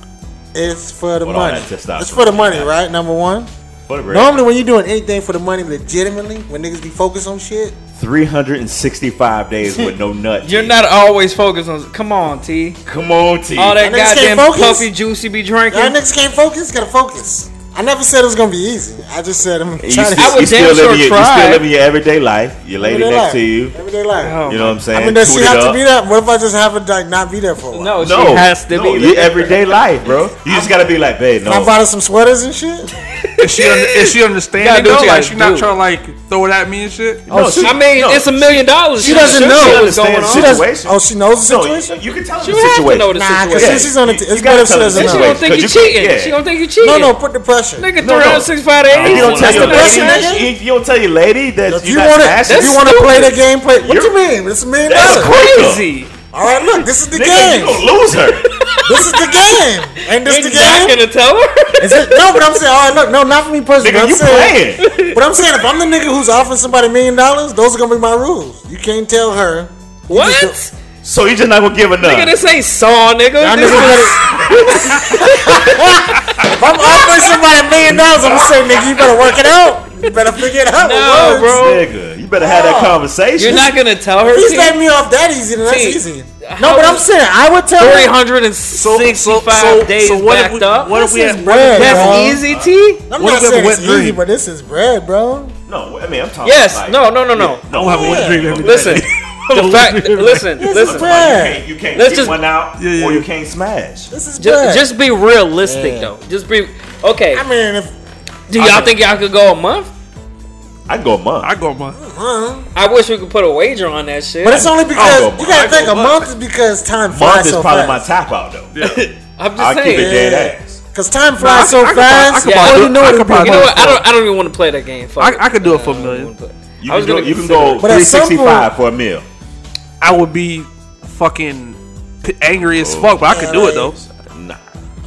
it's for the
With all
money.
that testosterone.
It's for the money, right? Number one.
What a break.
Normally, when you're doing anything for the money, legitimately, when niggas be focused on shit,
365 days with no nut.
You're
T.
not always focused on. Come on, T.
Come on, T.
All that
Y'all niggas
goddamn
can't focus?
puffy juice you be drinking.
y'all niggas can't focus. Gotta focus. I never said it was gonna be easy. I just said I'm
you,
(laughs) trying
st-
to.
I would
you
damn
still
sure
living your, you
try.
still living your everyday life. Your lady
Everyday
next
life.
to you.
Everyday life.
Oh,
You know what I'm saying?
I mean, does she
Toot it
have to
up.
be there? What if I just have her like not be there for a while?
no, she
No,
has to
no,
be.
your everyday life, bro. You just gotta be like, babe,
Can I
no.
bought her some sweaters and shit.
Is she, under, is she understanding
do what
though?
you
Like
gotta
she not
do.
trying to like throw it at me and shit.
Oh, I mean,
no,
it's a million dollars.
she doesn't
should
know.
what's
She
going
understands.
on.
She
She does.
Situation.
Oh, she knows the
No,
situation.
you, you can tell her
She
the
would have to
situation.
know the
Nah, 'cause
situation.
since she's on the,
You-
t-
you
it's
gotta
better if she
tell her
doesn't
the
She
know.
don't think you
Cause you-
cheating.
yeah.
She don't think you cheating.
No, no, put the pressure.
Nigga,
No, no.
365
If
days.
you don't tell
That's
your
the
lady
question,
that,
nigga.
she- if you don't tell your lady that
If
you
you
not
want to,
smashing,
if you
that's
want to play the game, play. What
You're-
you mean? It's a million
that's
dollars.
crazy.
All right, look, this is the
nigga, you
game.
gonna lose her.
This is the game. Ain't this the
You're not
game?
gonna tell her.
Is it? No, but I'm saying, all right, look, no, not for me personally.
nigga,
I'm
you
saying,
playing.
But I'm saying, if I'm the nigga who's offering somebody a million dollars, those are gonna be my rules. You can't tell her.
(laughs)
You
What?
just go-
So you just not gonna give her
Nigga,
none.
this ain't Saw, nigga.
Y'all
This
niggas
is
better. if I'm offering somebody a million dollars, I'm gonna say, nigga, you better work it out. You better figure it out. with
No,
words.
bro.
Nigga, you better have that
No.
conversation.
Oh. You're not gonna tell her.
He's
T?
letting me off that easy, then that's
See,
easy.
how
No, but I'm
is-
saying I would tell her.
365 days backed
if we,
up.
What if we
This
had
is bread,
That's
bro.
easy, T.
I'm
What
not
if we have a
saying
wet
it's
dream?
easy, but this is bread, bro.
No, I mean I'm talking.
Yes.
like-
No, no, no, no.
I don't have a
Yeah.
wet dream every day.
(laughs)
Listen. The fact. Listen.
This is
Listen.
bread.
Like, You can't, you can't
Let's
get
just-
one out,
Yeah, yeah.
or you can't smash.
This is bread.
Just, just be realistic,
Yeah.
though. Just be okay.
I mean, if
Do y'all think y'all could go a month?
I go a month.
I go my.
huh?
I wish we could put a wager on that shit.
But it's only
I'll
because
go
you gotta
month.
think a month is because time
month
flies
is
so
probably my
fast.
tap out though. (laughs)
I'm just
I keep it
saying.
dead ass.
Cause time
I-
flies so
I could buy- I
fast.
could
buy-
I
I
you know
could
it'll be
buy-
a
You know
month.
what? I don't. I don't even want to play that game. Fuck.
I,
it.
I could do it for a
I don't
million.
wanna play-
You
I
can,
was
go,
gonna
you can
consider
go
it.
But at some
365 for a meal.
I would be fucking p- angry as fuck, but I could do it though.
Nah,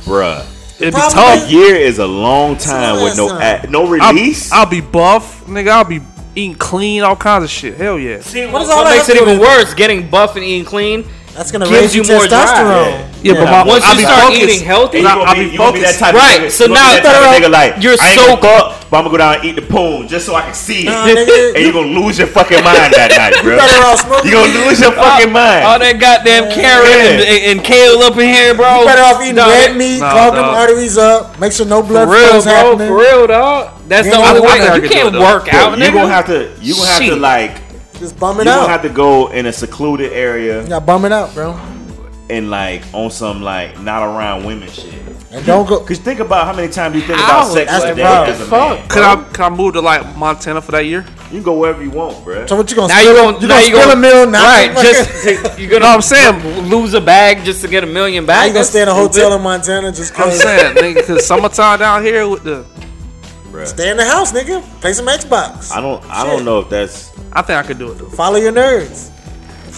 bruh.
It'd be
Probably-
A
Oh.
tough.
year is a long time
long
with no
time.
act, no
I'll,
release.
I'll be buff, nigga. I'll be eating clean, all kinds of shit. Hell yeah.
See,
What does all
What
that
makes
have
it
to do
even
with anything?
worse? Getting buff and eating clean.
That's gonna
Gives
raise
you
your
more drive.
testosterone.
Yeah, but my,
Once
I'll
you
be
start
focused.
eating healthy,
And you gonna
I'll
be,
be
you gonna be that
focused.
type
Right,
of nigga.
so
you gonna
now-
be that type of nigga like
you're
I ain't
so- Uh,
gonna fuck, but I'm gonna go down and eat the poon just so I can see it.
Nah,
(laughs)
nigga,
and you're gonna lose your fucking mind that night, bro.
better off smoking
You're gonna lose your fucking mind.
All that goddamn carrot and,
Yeah.
and kale up in here, bro.
You better off eating
Dog,
red meat,
Nah,
clog them
dog.
arteries up, make sure no blood
For real,
flows
bro.
happening.
For real, dog. That's
You
the
ain't
only
gonna
way.
work out
You
to do it,
can't
though.
work
Bro,
out,
you
nigga.
gonna have to. You gonna have to
Shit.
like.
Just bum
You
it
gonna have
out.
to go in a secluded area
Yeah, bum it out, bro.
and like on some like not around women shit.
And don't go.
Cause think about how many times you think about
Ow,
sex
that's
a
the
day
problem.
as a man.
Could I, could I move to like Montana for that year?
You can go wherever you want, bro.
So what you gonna?
Now
spill,
you gonna
you
now
gonna
you
spill
gonna
a meal now?
right?
Fuck it.
Just (laughs) you gonna
No, I'm saying,
lose a bag just to get a million back.
Now you gonna stay in a
That's
hotel in Montana just
I'm
cause?
saying, nigga, because summertime down here with the,
bro.
Stay in the house, nigga. Play some Xbox.
I don't. I
Shit.
don't know if that's.
I think I could do it though.
Follow your nerds.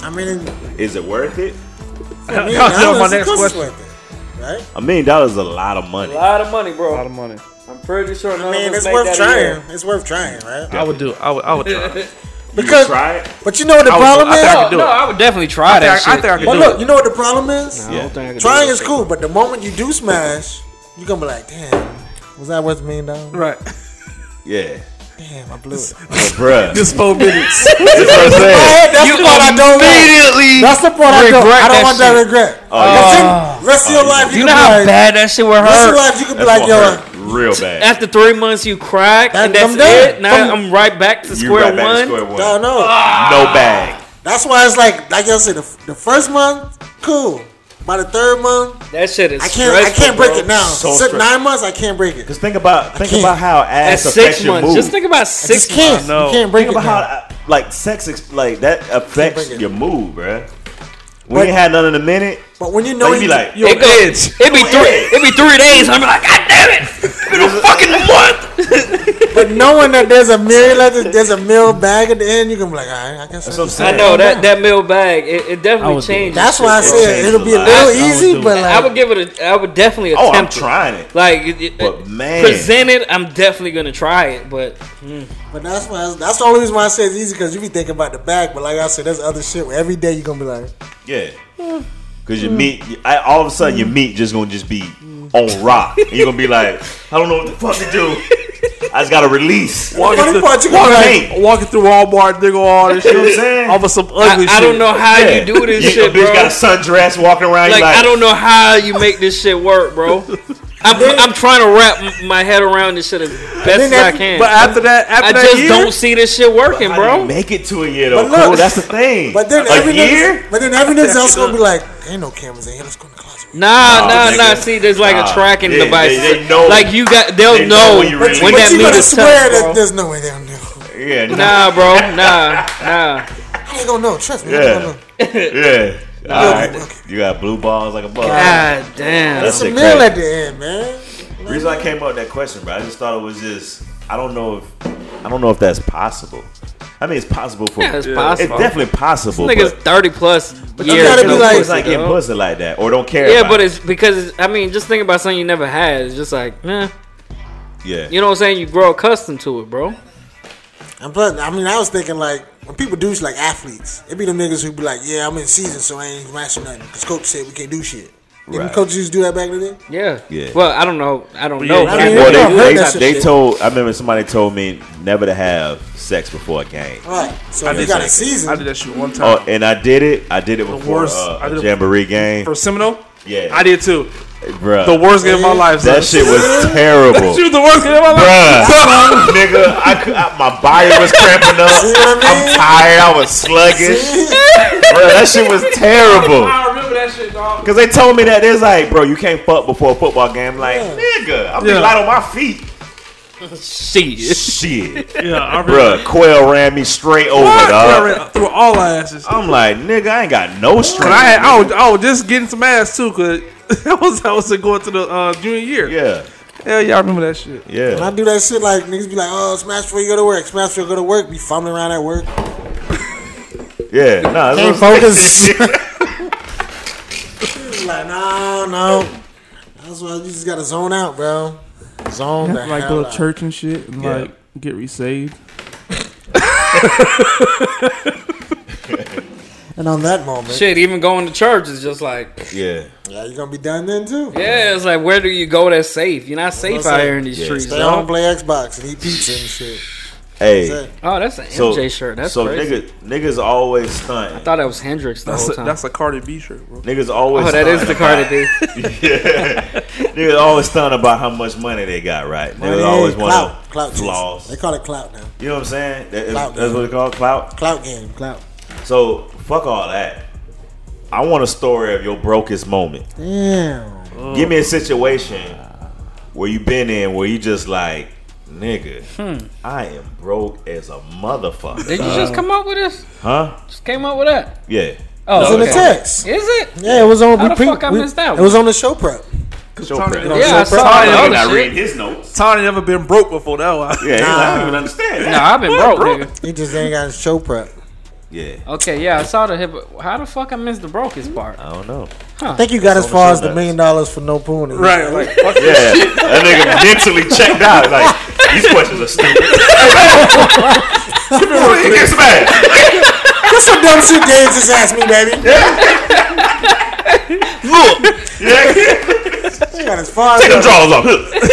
I mean,
Is it worth it?
for
(laughs)
me,
That was
dollars,
my
of
next
course it's
question.
worth it, right?
A million dollars is a lot of money.
A lot of money, bro.
A lot of money.
I'm pretty sure. None
I mean,
of us
it's
make
worth
that
trying.
either.
It's worth trying, right?
I would do. it. I would. I would try. it.
Because,
try it.
but you know what the
I would-
problem
I
is.
think I
No,
could do
Oh, no,
it.
I would definitely try that
I think I, I,
shit.
think I could
Well,
do
look,
it.
you know what the problem is.
I don't think I could do
Trying
it.
is cool, but the moment you do smash, you gonna be like, damn, was that worth a million dollars?
Right.
Yeah.
Damn, I (laughs) blew it.
But
(laughs)
bruh,
Just
(laughs)
four minutes.
that's what I'm
That's the
saying.
part I don't want.
immediately.
That's the part I don't. I
regret
don't
that
want that
shit.
regret.
yeah.
Let's see- Rest of your life, you,
You
can
know how
be like,
bad that shit would
rest of your
hurt.
life, you can be
That's
like, yo,
what hurt real bad.
After three months, you crack,
That-
and that's
I'm done.
it. Now
From-
I'm right back to
You
square
right back to
one.
square one.
I don't know.
No bag.
That's why it's like, like y'all said, the, the first month, cool. By the third month,
That shit is
I can't, I
stressful,
can't break
bro.
it now.
So
Six-
stressful.
nine months, I can't break it.
Cause think about think
can't.
about how
At
ass affects
six
your
months,
mood.
just think about
I just
six months.
can't.
no.
You can't break
Think
it.
about
now.
how uh, like sex ex- like that affects
break it.
your mood, bruh. We
But-
ain't had none in a minute.
but when you know,
Like you be
you-
like,
Yo,
(laughs) it, go-
edge.
it be
Yo, edge.
three. It be three days. I'm like, God damn it! It's been a fucking month.
but knowing that there's a meal, like this- there's a meal bag at the end, you can be like, all right, I guess.
that's what I'm
That's,
saying.
I know that that meal bag. It, it definitely
was doing
changes.
that's why I
It
said
changed
it'll
a
be a
lot.
little
I-
I would
easy,
do
but
it.
I
like,
would give it a. I would definitely
Oh,
attempt
I'm
it.
trying it.
Like it, it,
But, man.
presented, I'm definitely gonna try it. But
but that's why that's the only reason why I say it's easy because you be thinking about the bag, but like I said, there's other shit where every day you gonna be like,
Yeah.
Mm.
Cause your meat, I, all of a sudden your meat just gonna just be
Mm. (laughs)
on rock, and you're gonna be like, I don't know what the fuck to do. I just
(laughs)
gotta release.
Walking
Funny
through,
part, you
walking,
gonna
through- walking through Walmart, nigga, all this
You
shit.
know what
(laughs)
I'm saying?
Off of some ugly
I,
shit.
I don't know how you do this
Yeah,
shit,
bitch
bro.
got a sundress walking around. you
like,
like
I don't know how you make this shit work, bro.
(laughs)
I'm, I'm trying to wrap m- my head around this shit as best as I
that-
can.
But after that, after
I
that
just
year,
don't see this shit working,
How do you
bro.
make it to a year though.
But look-
Cole? that's the thing.
but then
a
every
year.
nigga, but then every nigga else
(laughs)
gonna be like, ain't no cameras in here, let's go in the closet.
Nah, nah,
nigga.
nah. See, there's like
Nah.
a tracking
Yeah,
device.
they- they know-
like you got, they'll
they know
know
when you
when,
release.
But
that
you
meat
gonna
is
swear
touched,
that
bro.
there's no way they don't know.
Yeah, nah,
Nah, bro. Nah, nah.
I ain't gonna know. Trust me. I ain't
yeah,
gonna know.
yeah. All
okay.
right, you got blue balls like a bug.
God damn.
That's
It's a
it.
meal
crazy.
at the end, man.
reason I came up with that question, bro, I just thought it was just I don't know if I don't know if that's possible. I mean, it's possible for
Yeah, it's possible.
It's definitely possible.
Niggas
but-
thirty plus
you
years.
gotta
Because
be
of
like-
course I get
Yeah.
pussy like that or don't care.
yeah,
about
but
it.
it's because I mean, just think about something you never had. It's just like, nah.
yeah,
You know what I'm saying? You grow accustomed to it, bro.
And plus, I mean, I was thinking like when people douche like athletes, it be the niggas who be like, "Yeah, I'm in season, so I ain't smashing nothing." Because coach said we can't do shit. Didn't
Right.
coaches used to do that back in the day?
Yeah.
Yeah.
Well, I don't know. I don't
But
know.
yeah,
but
I mean,
I
Well,
Yeah,
know (laughs)
heard
they,
that
that
they, they
shit.
told. I remember somebody told me never to have sex before a game.
Right. So if you
did
got
that.
a season.
I did that shit one time.
Oh, and I did it. I did it before
worst-
uh,
I
a
did it-
jamboree game,
For Seminole?
Yeah.
I did too.
bruh.
The worst game of my life. son.
that shit
(laughs)
was
That
terrible,
shit was the worst game of my life.
bruh.
(laughs)
Nigga, I, cou- I, my body was cramping up.
you know what
I'm
I
tired. I was sluggish,
mean?
bruh. That shit was terrible. (laughs)
I remember that shit, dog.
Cause they told me that it's like, bro, you can't fuck before a football game. Like, nigga, I'm
Yeah.
be light on my feet.
shit.
(laughs)
Shit,
Yeah, I remember.
bruh. Oh Quail ran me straight over,
I
dog.
ran through all our asses.
I'm like, nigga, I ain't got no strength.
But I had, I was, I was just getting some ass too, cause (laughs) that was I was going to the uh, junior year.
yeah,
Hell yeah, I remember that shit.
When
yeah.
I do that shit, like niggas be like, "Oh, smash before you go to work. Smash before you go to work." Be fumbling around at work.
Yeah, nah,
Can't
that's what I'm
(laughs)
focus.
saying.
like, no, no. That's why you just gotta zone out, bro. Zone the
Like
hell
go to
out.
church and shit, and
Yeah.
like get resaved.
And on that moment,
Shit, even going to church is just like,
yeah,
yeah, you gonna be done then too.
yeah, it's like, where do you go that's safe? You're not safe
That's
out
it.
here in these
Yeah.
streets.
Stay home,
dog.
play Xbox, and eat pizza and shit.
hey.
Oh, that's an
So,
MJ shirt. That's
so
crazy.
niggas, niggas always stunt.
thought that was Hendrix the
That's
whole
a,
time.
that's a Cardi B shirt, bro.
Niggas always.
oh, that is the
stunt
Cardi
about-
B.
yeah, (laughs) niggas always stunt about how much money they got. Right, niggas
Money,
always
clout,
want
clout
to
chase.
flaws.
They call it clout now.
You know what I'm saying? That is,
Clout,
that's
man.
what they call clout.
Clout game, clout.
So fuck all that. I want a story of your brokest moment.
Damn.
Give me a situation where you been in where you just like, nigga,
Hmm.
I am broke as a motherfucker.
Did you just come up with this?
huh?
Just came up with that?
Yeah.
It's
Oh,
in the
okay.
text.
Is it?
Yeah, it was on.
How
we
the fuck I
we-
missed out?
It was on the show prep.
Show
Tony,
prep.
no,
Yeah, I
so
saw
proud
all
I'm
the
not
shit.
reading his notes.
Tony never been broke before that. (laughs) Why?
Yeah, I don't even understand.
No, I've been broke, nigga.
He just ain't got his show prep.
Yeah.
Okay, yeah, I saw the hip. How the fuck I missed the brokest part?
I don't know.
I think you got as far
show
as the
notes.
million dollars for no pony.
Right, like fuck
Yeah. that nigga mentally checked out. Like, these questions are stupid. He gets mad.
What's some dumb shit Dave just asked me, baby?
Yeah.
You got as far as
Take them drawers off.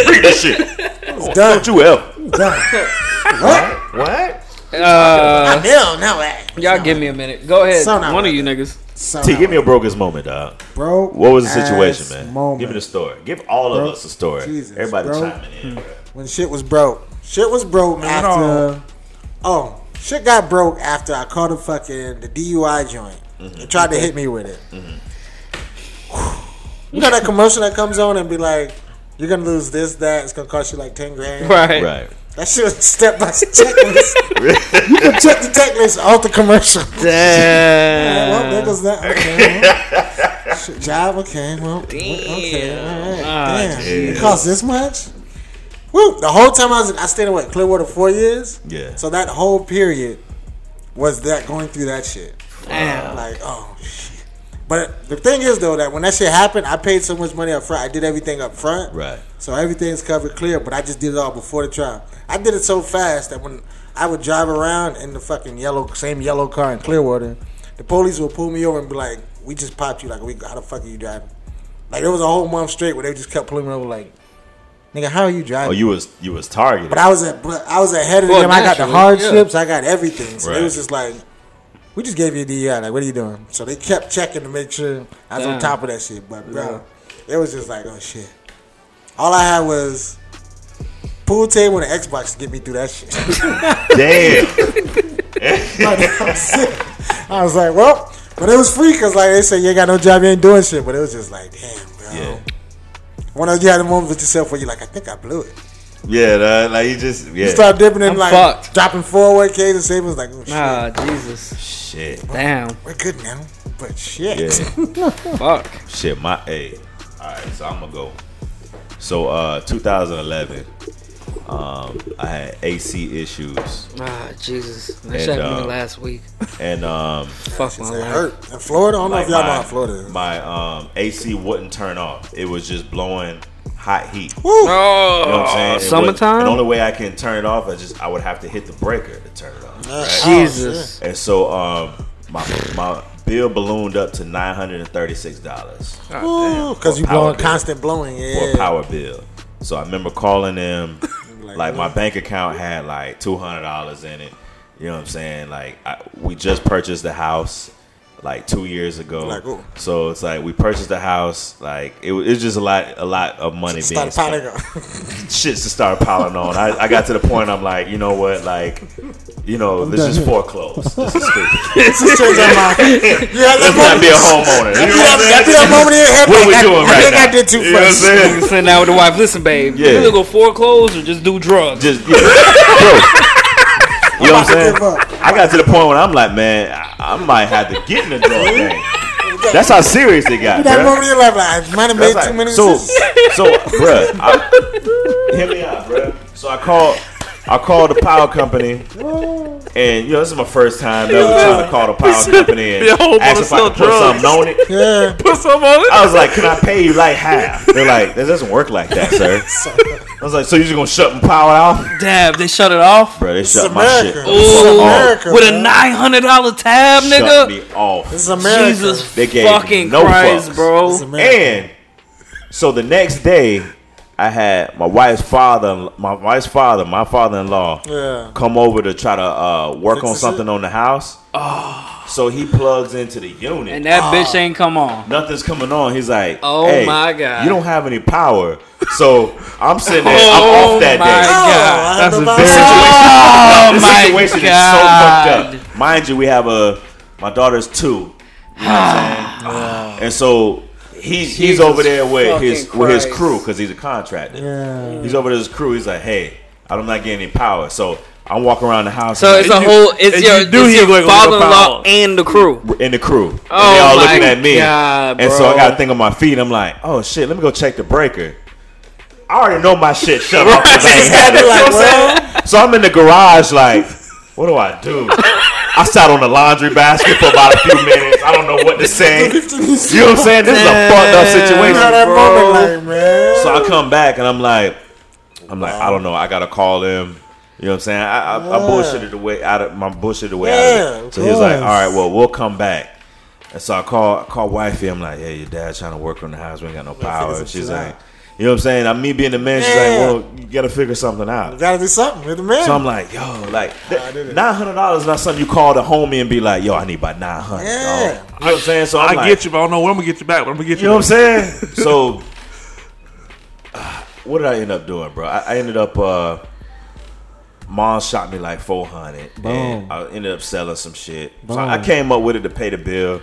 Read this shit.
dumb.
Don't you ever.
dumb.
What?
Uh,
Hell no, eh.
y'all give me a minute. Go ahead.
Son of
One
a-
of you niggas.
So
T, give me a brokest moment, dog.
bro.
What was the situation,
ass
man?
Moment.
Give me the story. Give all of
Bro-
us a story.
Jesus,
Everybody
bro. Hmm.
chiming in. bro.
when shit was broke. Shit was broke
At
after. Oh, shit got broke after I caught a fucking the DUI joint.
Mm-hmm.
It tried to hit me with it. You know that commercial that comes on and be like, "You're gonna lose this, that. It's gonna cost you like ten grand."
Right.
Right.
That shit was step by step
(laughs)
checklist. you can check the checklist off the commercial.
(laughs)
Yeah, well, there goes that. Okay. (laughs) well. Shit, job, okay. Well, okay. All right. Damn. Ah, It
damn.
cost this much? Woo! The whole time I was, I stayed in what, Clearwater four years?
Yeah.
So that whole period was that going through that shit.
Damn.
Like, oh, shit. But the thing is, though, that when that shit happened, I paid so much money up front. I did everything up front.
Right.
So everything's covered clear, but I just did it all before the trial. I did it so fast that when I would drive around in the fucking yellow, same yellow car in Clearwater, the police would pull me over and be like, "We just popped you. Like, we how the fuck are you driving?" Like it was a whole month straight where they just kept pulling me over, like, "Nigga, how are you driving?"
Oh, you was you was targeted.
But I was at, but I was ahead of
Well,
them. I got the
naturally,
hardships. I got everything. So
Right.
it was just like, we just gave you a DUI. Like, what are you doing? So they kept checking to make sure I was
Damn.
on top of that shit. But bro, it was just like, oh shit. All I had was pool table and an Xbox to get me through that shit. (laughs)
Damn.
I was sick. I was like, well, but it was free because like they said, you ain't got no job, you ain't doing shit. But it was just like, damn, bro.
yeah.
One of you had a moment with yourself where you're like, I think I blew it.
Yeah, dog. like you just yeah.
You start dipping in
I'm
like
fucked.
dropping forward Ks and savings like, oh shit.
Ah, Jesus.
shit.
Damn.
We're good now, but shit.
Yeah.
Fuck.
shit, my A. Alright, so I'm gonna go. So uh 2011. Um, I had AC issues,
Ah, Jesus. That
And,
shit happened to me
uh,
last week.
and um,
Fuck my
It
life.
hurt. In Florida, I don't know if y'all know how Florida is.
my um, AC wouldn't turn off. It was just blowing hot heat.
Woo!
Oh,
You know what I'm saying? It wouldn't-
summertime.
The only way I can turn it off, I just I would have to hit the breaker to turn it off.
Uh,
Right?
Jesus.
And so um, my my bill ballooned up to nine hundred and thirty six dollars
Oh, Because you
Power
blowing
bill.
constant blowing.
for
Yeah.
a power bill. So I remember
(laughs)
calling them.
Like,
Like my bank account had like two hundred dollars in it. You know what I'm saying? Like I, we just purchased the house like two years ago.
Like, ooh.
so it's like we purchased the house. Like it, was- it was just a lot a lot of money being
Started
spent
piling
(laughs)
up.
shits to start piling on. I, I got to the point I'm like, you know what, like, you know, this is foreclosed. This is stupid.
It's (laughs) just changed my
(laughs)
mind. You had that
Let's not
moment.
be a homeowner. You know
You had
what
that- you had
I'm
that
saying?
moment in your head.
What are
like,
we
I-
doing
I
right
think
now?
I did too
You know what I'm
first.
saying?
Nigga sitting down with the wife. Listen, babe. You
Yeah.
either go foreclose or just do drugs.
Just yeah, bro.
(laughs)
You know what I'm saying?
Give up.
I got to the point where I'm like, man, I, I might have to get in the
(laughs)
drug thing. That's how serious it got,
That
bro.
moment in your life, like, I might have made
That's
too
like-
many
so,
decisions.
so,
(laughs)
bruh, I, hear me out, bruh. So I called, I called the power company, and you know this is my first time ever trying to call the power
(laughs)
company and
Yo, but
ask
it's
if I
still
could put something on it.
Yeah.
Put some on it.
I was like, "Can I pay you like half?" They're like, "That doesn't work like that,
(laughs)
sir." I was like, "So you just gonna shut my power off,
Damn, they shut it off.
bro? They
This is
shut my shit
America.
off.
Oh,
This is America.
With a
man.
nine hundred dollar tab,
Shut
nigga.
me off."
This is America.
Jesus
They gave
fucking
no
Christ,
fucks.
This is
bro.
America. Oh,
And so the next day, I had my wife's father, my wife's father, my father-in-law,
Yeah.
come over to try to uh, work
Fix
on
the Ah.
something on the house. Oh. So he plugs into the unit.
And that bitch ain't come on.
Nothing's coming on. He's like,
Oh
"Hey,
my God.
you don't have any power." So I'm sitting there. I'm
Oh
off that
my
day.
Oh,
God.
I
That's a
know about
very
(laughs)
that.
Oh (laughs)
the
my
situation
God.
is so fucked up. Mind you, we have a my daughter's two. You know what
Ah.
I'm saying? and so he's he's
Jesus
over there with his
fucking
with his
Christ.
crew because he's a contractor.
Yeah.
He's over to his crew. He's like, hey, I'm not getting any power. So I'm walking around the house.
So
and
it's a
you-
whole.
and
It's
you
your,
do
it's
hear
your
like a little
father-in-law
power.
and the crew.
in the crew. And
Oh
they all
my
looking at me.
God,
and so I
bro.
got to think on my feet. I'm like, oh shit, let me go check the breaker. I already know my shit shut off 'cause I ain't had
(laughs)
it.
Like, well,
So I'm in the garage, like, (laughs) what do I do? I sat on the laundry basket for about a few minutes. I don't know what to (laughs) say. You know what I'm saying? This is a fucked up
you know
situation.
that moment, like, man.
So I come back and I'm like, I'm like, I don't know. I gotta call him. You know what I'm saying? I, I, I bullshitted the way out of my bullshitted the way out
Yeah,
of
of
it. So he was like,
course.
all right, well, we'll come back. And so I call I call wifey. I'm like, hey, your dad's trying to work on the house. We ain't got no
figure
power.
some
She's
shit
like,
out.
You know what I'm saying? I me being the man, she's
Yeah.
like, well, you gotta figure something out.
You gotta do something. You're the man.
So I'm like, yo, like
I did it.
nine hundred dollars is not something you call the homie and be like, yo, I need about nine hundred.
Yeah.
You know what I'm saying? So
I
I'm like,
get you, but I don't know when I'm gonna get you back. But I'm gonna get you.
You know what
(laughs)
I'm saying? so, uh, what did I end up doing, bro? I, I ended up. uh Mom shot me like 400.
Boom.
And I ended up selling some shit. So
Boom.
I came up with it to pay the bill.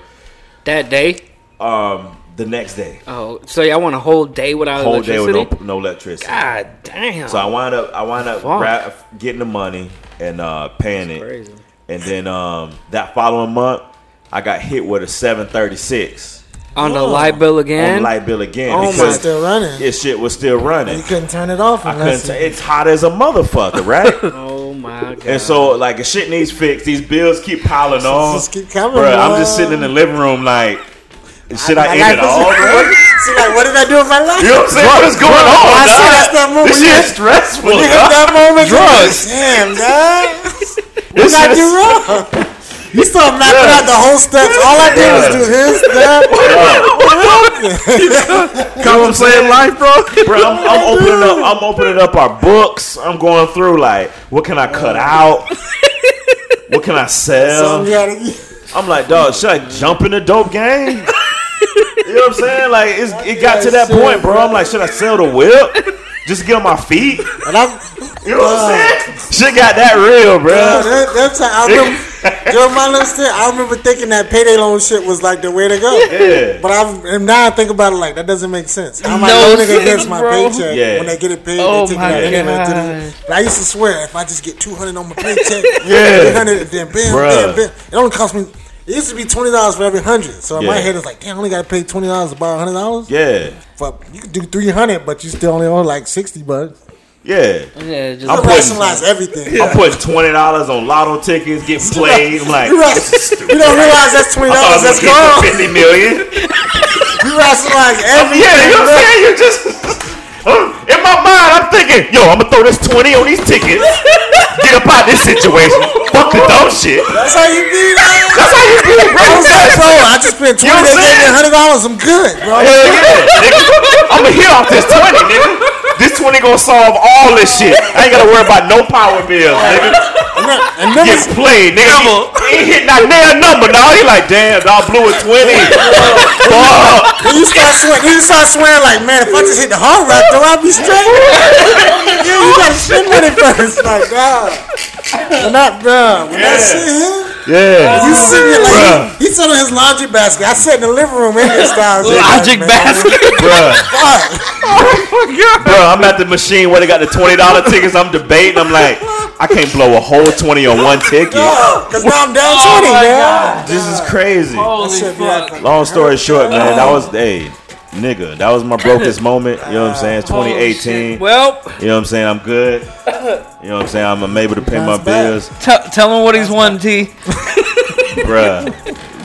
That day?
Um, the next day,
Oh, so y'all want a whole day without
whole day with
electricity?
no, no electricity.
God damn.
So I wind up, I wind up
Fuck.
grab, getting the money and uh, paying it.
crazy.
And then um, that following month, I got hit with a 736
On the light bill again?
on the light bill again
Oh my-
It's
because
still running.
this shit was still running.
You couldn't turn it off
I couldn't.
unless
T-
you-
it's hot as a motherfucker, right?
(laughs)
oh my god.
and so, like, if shit needs fixed. These bills keep piling on.
Just keep coming,
Bruh, I'm
boy.
just sitting in the living room, like, should
I
I,
got
end it
this- (laughs)
all, bro?
She's like, what did I do with my life?
You
(laughs)
know what I'm saying? What is going on?
I see
dog?
that's that moment,
This shit is
yeah.
stressful.
You
dog.
hit that moment,
Drugs.
you're like, Damn, dog.
(laughs) This
What I
shit
do
is-
wrong? You started mapping out the whole steps. All I did was do his
(laughs)
step.
Contemplating life, bro.
Bro, I'm, I'm opening up. I'm opening up our books. I'm going through like, what can I cut
Uh.
out? What can I
So (laughs)
sell?
you gotta-
I'm like, dog, should I jump in the
(laughs)
dope game? You know what I'm saying? Like, it's, it got to that
Shit,
point, bro. I'm like, should I sell the whip? Just get on my feet.
And I'm,
You know
Uh.
what I'm saying? Shit got that real,
uh,
bro.
that, that's how I
(laughs)
remember, during my little stint, I remember thinking that payday loan shit was like the way to go.
Yeah.
But I'm, and now I think about it like that doesn't make sense. How am I
No
loaning
sense,
against my
bro.
paycheck
Yeah.
when they get it paid?
Oh
they take
my
it out anyway. to
God.
the- But I used to swear if I just get two hundred on my paycheck,
(laughs) Yeah.
three hundred, then bam, bam,
Bruh.
bam. It only cost me. It used to be twenty dollars for every hundred. So in my
Yeah.
head, it's like, damn, I only got to pay twenty dollars to borrow hundred dollars.
Yeah.
Fuck, you can do three hundred, but you still only owe like sixty bucks.
Yeah.
yeah, just
I
I'm putting-
rationalize everything.
I'm putting twenty dollars on lotto tickets, get
(laughs)
(laughs)
played. I'm like,
You, ra-
this is stupid.
you don't realize that's twenty
I thought I
dollars.
was
That's
gonna get
(laughs) gone.
the fifty
(laughs)
million. (laughs)
You rationalize everything.
Yeah, you know what I'm
bruh.
saying? You just (laughs) in my mind, I'm thinking, yo, I'm gonna throw this twenty on these tickets. Get up out of this situation. Fuck the dumb shit.
That's how you be. dawg.
That's how you feel, bro.
I was like, bro, I just spent
You know
twenty. They gave
what I'm
me
saying?
hundred dollars. I'm good,
(laughs)
bro.
Hell yeah, nigga. I'ma hit off this twenty, nigga. This twenty gonna solve all this shit. I ain't gotta worry about no power bills, nigga.
And then, and then
Get played, nigga. He ain't hitting that nail number, dog. He like, damn, dog, blew a twenty. Fuck.
you start sweating. You start swearing like, man, if I just hit the hard rock, though, I'll be straight. (laughs) yeah, you gotta spend money first, like, dog. When that, bro, when that shit hit.
Yeah.
You sitting there
Bruh.
like he, he sat on his laundry basket. I sat in the living room in his style.
logic basket.
Bruh.
Fuck. (laughs)
Bro, I'm at the machine where they got the twenty dollar tickets. I'm debating. I'm like, I can't blow a whole twenty on one ticket.
Cause now I'm down
Oh
twenty,
my
man.
This is crazy.
Holy
shit be
fuck.
acting-
Long story short, man, that was hey, nigga, that was my brokest moment. You know what I'm saying?
Holy
2018.
Oh, shit. Well,
You know what I'm saying? I'm good. You know what I'm saying? I'm, I'm able to pay my
That's bad.
bills,
t- tell him what he's won, T.
bruh.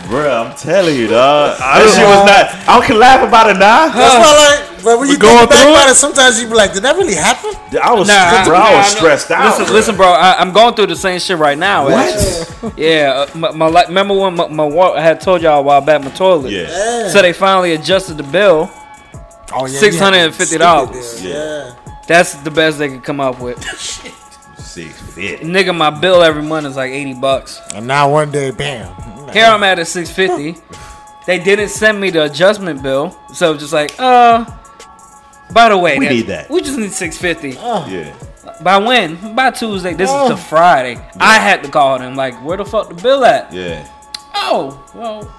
Bruh, I'm telling you, dog. This shit was not. I can laugh about it now.
That's why, like, but when you
going
think back
through
about it, sometimes you be like, did that really happen?
I was,
Nah, I-
(laughs) bro, I
nah, I
was
know.
stressed out.
Listen,
bruh.
listen, bro. I, I'm going through the same shit right now. actually. Yeah. uh, My, my li- remember when my, my wa- I had told y'all a while back my toilet.
Yeah.
So they finally adjusted the bill.
Oh, yeah,
$650.
Stupid, Yeah.
That's the best they could come up with.
See, fit.
Nigga, my bill every month is like 80 bucks.
And now one day, bam.
Here I'm at a 650. They didn't send me the adjustment bill, so it's just like, uh. By the way,
We need that.
We just need 650.
Yeah.
By when? By Tuesday. This is
Oh.
the Friday. I had to call them. Like, where the fuck the bill at?
Yeah.
Oh, well,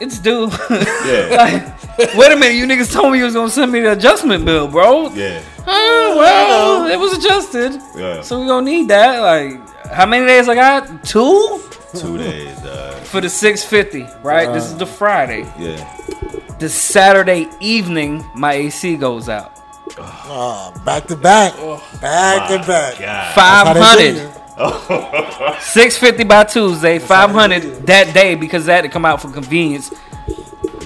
it's due. (laughs)
Yeah.
like, wait a minute, you niggas told me you was gonna send me the adjustment bill, bro.
Yeah.
Oh, well, it was adjusted.
Yeah.
So we gonna need that. Like, how many days I got? Two uh,
Two days, uh, dog.
for the six fifty. Right. this is the Friday.
Yeah.
The Saturday evening, my AC goes out.
Oh, back to back. Back to back.
God. (laughs)
That's how
Five
they do
hundred.
you.
Oh
Six fifty by Tuesday. Five hundred that day because that had to come out for convenience.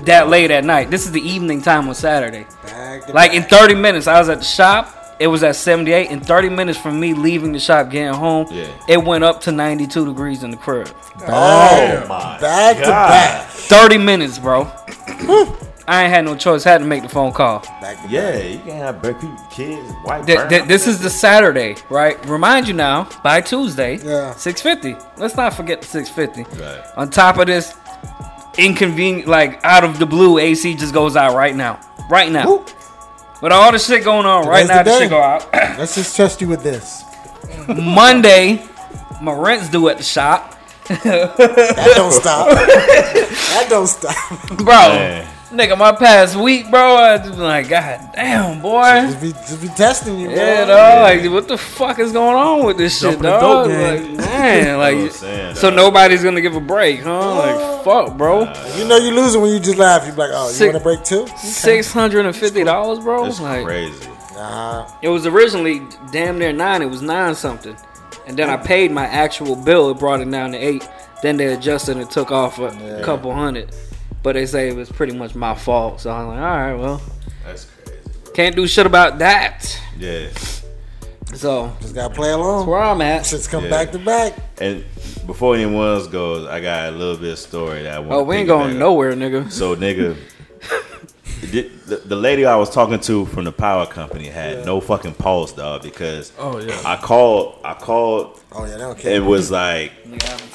That late at night. This is the evening time on Saturday.
Back to
Like in
back.
30 minutes, I was at the shop. It was at 78. In 30 minutes from me leaving the shop, getting home,
Yeah.
it went up to 92 degrees in the crib.
Oh my.
back to
God.
back.
30 minutes, bro. I ain't had no choice. Had to make the phone call.
Back to
Yeah, you can have black people, kids, white.
Th-
brown.
th- this is the Saturday, right? Remind you now by Tuesday,
Yeah.
six fifty. Let's not forget the six fifty.
Right.
On top of this, inconvenient, like out of the blue, AC just goes out right now, right now.
Whoop.
With all the shit going on right
Today's
now, the
the day.
shit go out. (coughs)
Let's just test you with this.
Monday, my rent's due at the shop, (laughs)
That don't stop. that don't stop.
bro.
Man.
Nigga, my past week, bro, I just been like, God damn, boy.
Just be, just be testing you,
Yeah,
man.
dog. Like, what the fuck is going on with this shit,
Jumping the dope
dog?
game.
Like, man,
what I'm
like,
saying,
so
dog.
nobody's gonna give a break, huh? Like, fuck, bro.
You know you losing when you just laugh. You be like, oh, you
Sick.
want to break too?
Six hundred and fifty dollars, bro.
That's
Like,
crazy.
Nah.
it was originally damn near nine. It was nine something, and then I paid my actual bill. It brought it down to eight. Then they adjusted and took off a couple hundred. But they say it was pretty much my fault. So I'm like, all right, well,
That's crazy. Bro.
can't do shit about that.
Yeah.
So
Just gotta play along.
that's where I'm at.
Shit's come
Yeah.
back to back.
And before anyone else goes, I got a little bit of story that I want.
Oh, we ain't going nowhere, nigga.
So,
(laughs)
nigga, the, the- the lady I was talking to from the power company had no fucking pulse, dog. Because
Oh, yeah.
I called, I called,
Oh yeah, they don't care.
and was like,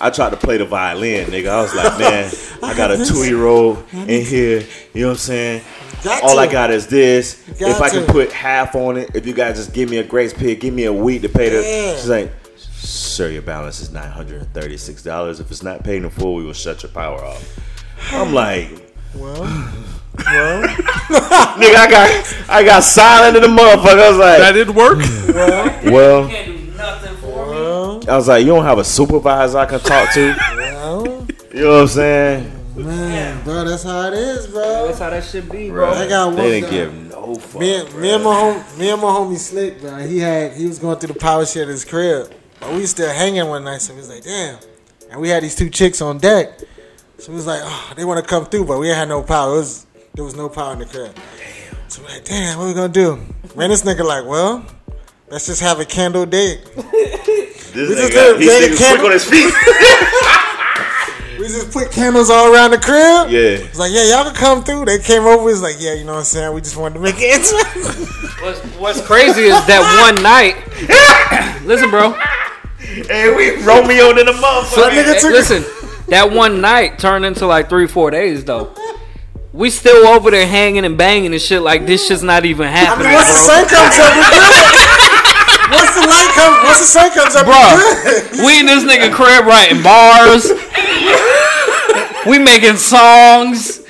I tried to play the violin, nigga. I was like,
(laughs)
man, I got a
This-
two year old in here. You know what I'm saying?
Got
All I
to.
got is this.
Got
if I can
to.
put half on it, if you guys just give me a grace period, give me a week to pay the.
Yeah.
She's like, sir, your balance is nine hundred and thirty six dollars. If it's not paid in full, we will shut your power off.
(sighs)
I'm like, (sighs)
Well, well,
(laughs) nigga, I got, I got silent in the motherfucker. I was
That
like,
didn't
(laughs)
work.
well,
Can't do nothing for me.
well,
I was like, you don't have a supervisor I can talk to.
well.
You know what I'm saying?
Man, bro, that's how it is, bro.
That's how that should be, bro.
Bro,
I got one
they didn't
guy.
give no fuck.
Me, and- me and my home, me and my homie Slick, bro. He had, he was going through the power shit at his crib. But we still hanging one night, so we was like, damn. And we had these two chicks on deck. So we was like, oh, they want to come through, but we ain't had no power. It was, there was no power in the crib. So we're like, damn, what we gonna do? Man, this nigga like, well, let's just have a candle date.
This
We just
nigga,
did-
he's
did a
nigga quick
camera-
on
(laughs)
his feet.
We just put candles all around the crib.
yeah.
It's like, yeah, y'all can come through. They came over. It's like, yeah, you know what I'm saying. We just wanted to make it interesting.
What's, what's crazy is
(laughs)
that one night. (coughs) listen, bro.
Hey, we Romeo in the motherfucker.
nigga
Hey,
took-
listen, that one night turned into like three, four days though. We still over there hanging and banging and shit like this shit's not even
I
happening,
mean, once the
bro.
sun comes up, we good. Once the light comes, once the sun comes up, we good.
Bruh, we in this nigga crib writing bars. we making songs,
(laughs)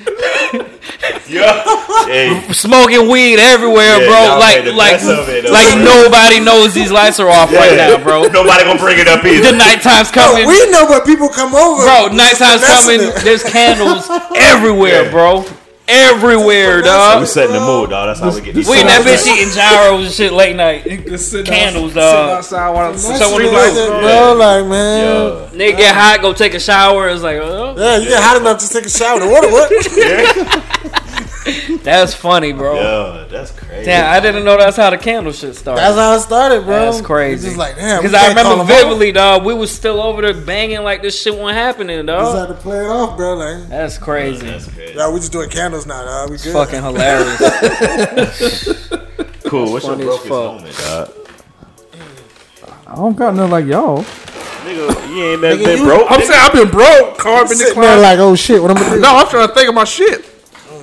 Yeah. Hey,
smoking weed everywhere,
Yeah,
bro.
y'all
Like,
made the
like,
best of it, though,
like
bro.
nobody knows these lights are off right
(laughs) Yeah.
now, bro.
(laughs) Nobody gonna bring it up
The
either.
nighttime's
Bro,
coming.
we know, (laughs) but people come over.
Bro, nighttime's
Messing
coming.
it.
There's
(laughs)
candles everywhere,
Yeah.
bro. Everywhere,
We
dog.
setting the mood, dog. That's how we get this.
We in that bitch
shit.
eating gyros and shit late night.
Just sitting
Candles,
outside,
dog.
sitting outside while I'm
That's
So when he
what it
goes-
is, bro, like man,
Yeah.
Nigga get hot, go take a shower. It's like, oh,
yeah, you get hot enough to take a shower. What? What?
that's funny, bro.
Yeah, that's crazy.
Damn, I didn't know that's how the candle shit started.
That's how it started, bro.
That's crazy.
It's Just like damn,
Because I remember vividly, dog. We was still over there banging like this shit wasn't happening,
Just
dog.
had to play it off, bro. Like,
That's crazy.
That's crazy.
yeah, we just doing candles now, dog. We good.
Fucking (laughs) hilarious.
Cool. What's your
funny as
brokest
fuck.
moment, dog?
I don't got nothing like y'all.
Nigga, you ain't never
Nigga,
been
you-
broke.
Oh, I'm saying I've been broke, carbon
Sitting there
decline.
like, oh shit, what I'm gonna do?
no, I'm trying to think of my shit.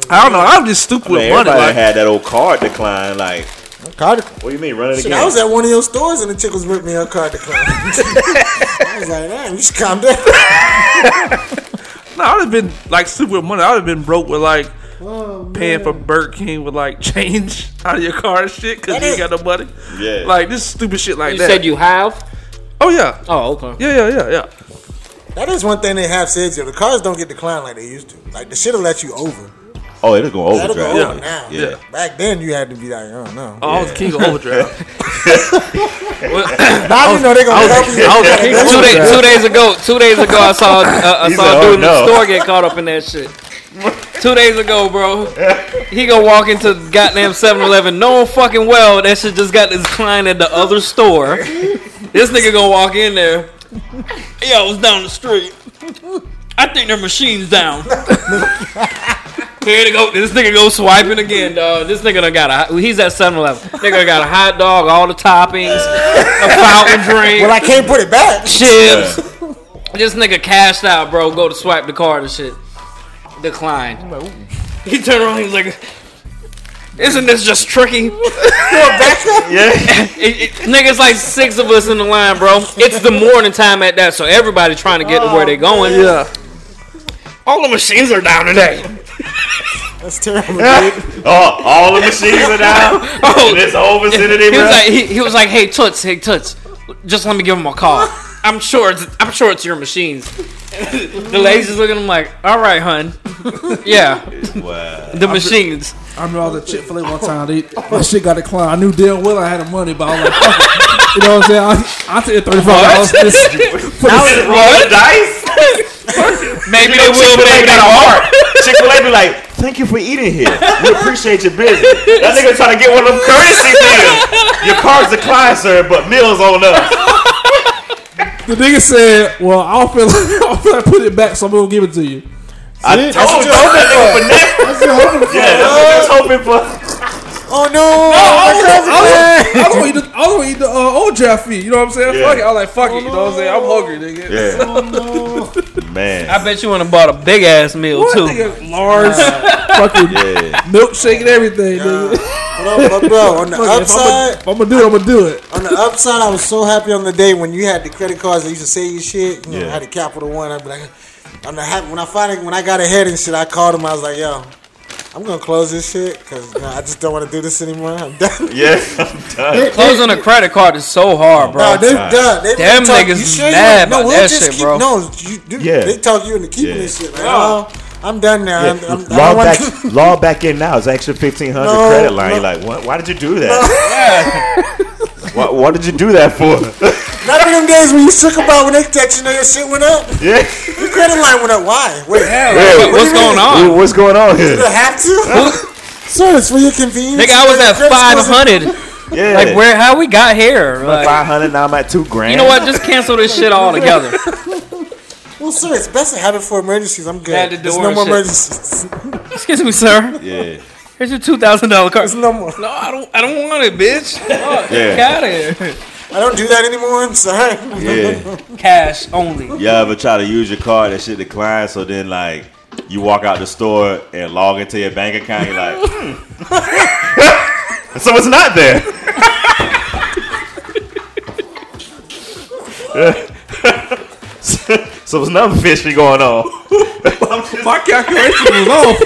I don't know. I'm just stupid
Man,
with money.
everybody
Like,
had that old card decline. Like,
Card-
what do you mean, running
Shit,
again?
I was at one of your stores and the chick was ripping me her card decline. (laughs) I was like, damn, you should calm down.
no, I would have been like stupid with money. I would have been broke with like
Oh,
paying for Burger King with like (laughs) change out of your car and shit because
That
you
is-
ain't got no money.
Yeah.
Like this stupid shit like
you
that.
said you have?
oh yeah,
Oh,
(laughs)
okay.
yeah, yeah, yeah, yeah.
That is one thing they have said, yo. The cars don't get declined like they used to. Like, the shit'll let you over.
oh, it'll go
That'll
overdrive.
go over now.
Yeah.
Yeah.
Back then, you had to be like, oh, no.
Oh, I was king of (laughs) overdraft.
(laughs)
Now you know they're going to help you.
I was a
(laughs)
king of
Two, day,
overdraft.
two days ago, two days ago, I saw uh, I
He
saw
said,
a dude
"Oh,
in the
no."
store get caught up in that
(laughs)
shit. two days ago, bro, he gonna walk into the goddamn 7-Eleven, knowing fucking well that shit just got declined at the other store. This nigga gonna walk in there. Yo, it's down the street. I think their machine's down. Here to go. This nigga go swiping again, dog. This nigga done got a. hot- He's at 7-Eleven. Nigga got a hot dog, all the toppings, a fountain drink,
Well, I can't put it back. (laughs)
chips. (laughs) This nigga cashed out, bro. Go to swipe the card and shit. Declined. He turned around. He was like, "Isn't this just tricky?" (laughs)
Yeah.
It, it, niggas like six of us in the line, bro. It's the morning time at that, so everybody trying to get to where they going.
Yeah.
All the machines are down today.
(laughs)
That's terrible, dude.
Oh, (laughs) all the machines are down.
Oh.
And it's whole vicinity,
He
bro.
was like, he, he was like, "Hey Toots, hey Toots, just let me give him a call. I'm sure, it's, I'm sure it's your machines." (laughs) the lady's just looking at him like, "All right, hun, (laughs) yeah,
wow.
the machines."
I remember I was at Chick Fil A one time. They, my shit got declined. I knew damn well I had the money, but I was like, fuck it. you know what I'm saying? I, I took thirty five dollars.
(laughs)
Roll the dice.
Maybe they will,
(laughs) Chick-fil-A
maybe they
got a
won't.
heart. Chick-fil-A be like, thank you for eating here. We appreciate your business. That nigga trying to get one of them courtesy things. Your car's declined, sir, but meals on us.
The nigga said, "Well, I don't feel (laughs) like, I don't feel like putting it back, so I'm gonna give it to you."
I told you that nigga for next. Yeah, that's what I was hoping for.
Oh no!
I was- I was gonna eat the, I was gonna eat the uh, old draft feet. You know what I'm saying?
Yeah.
Fuck it. I was like, fuck it. You know what I'm saying? I'm hungry, nigga.
(laughs) Yeah. Oh, Man.
I bet you wanna bought a big ass meal
What
too.
nigga? Large, fucking
Yeah.
milkshake and everything, nigga.
Bro, bro, bro, on the
Fuck it, if I'ma-
upside,
if I'm gonna do it. I'm gonna do
(laughs)
it.
on the upside, I was so happy on the day when you had the credit cards that used to say your shit. You know, I
Yeah.
had a Capital One. I'd be like, I'm not happy when I finally when I got ahead and shit. I called him. I was like, Yo, I'm gonna close this shit because I just don't want to do this anymore. I'm done.
Yeah, I'm done.
Closing a credit card is so hard, bro.
Bro, they
God.
done. They
Them
they talk,
niggas
you sure you
mad
want- no,
about
we'll
that
just
shit,
keep,
bro.
No, you, dude,
Yeah.
they talk you into keeping
Yeah.
this shit. Like, oh, I'm done now. I'm, I'm, um, I
log
don't want
back,
to.
log back in now. It's extra fifteen hundred
No,
credit line.
no.
You're like, what? Why did you do that? Why, why did you do that for? (laughs)
Not in them days when you shook about when they touch you know your shit went up.
yeah. (laughs)
Your credit line went up. Why? Wait,
Hey,
What-
what
what's
do you
going
mean?
on?
Wha- What's going on here?
You have to? (laughs) Sir, it's for your convenience.
Nigga, I was at
Credit scores are-
500.
Yeah.
Like, where? How we got here? Like,
Five hundred. Now I'm at two grand.
you know what? Just cancel this shit all together.
(laughs)
Well, sir, it's best to have it for emergencies. I'm good.
Had to do
There's
our
no more
shit.
emergencies. (laughs)
Excuse me, sir.
Yeah.
Here's your two thousand dollar card.
There's no more.
No, I don't. I don't want it, bitch. Fuck,
Yeah.
Get out of here.
I don't do that anymore. I'm sorry.
Yeah.
Cash only.
You ever try to use your card that shit declined? So then like. You walk out the store and log into your bank account. You're like, hmm. (laughs) so it's not there. (laughs) so it's nothing fishy going on.
My calculation was off.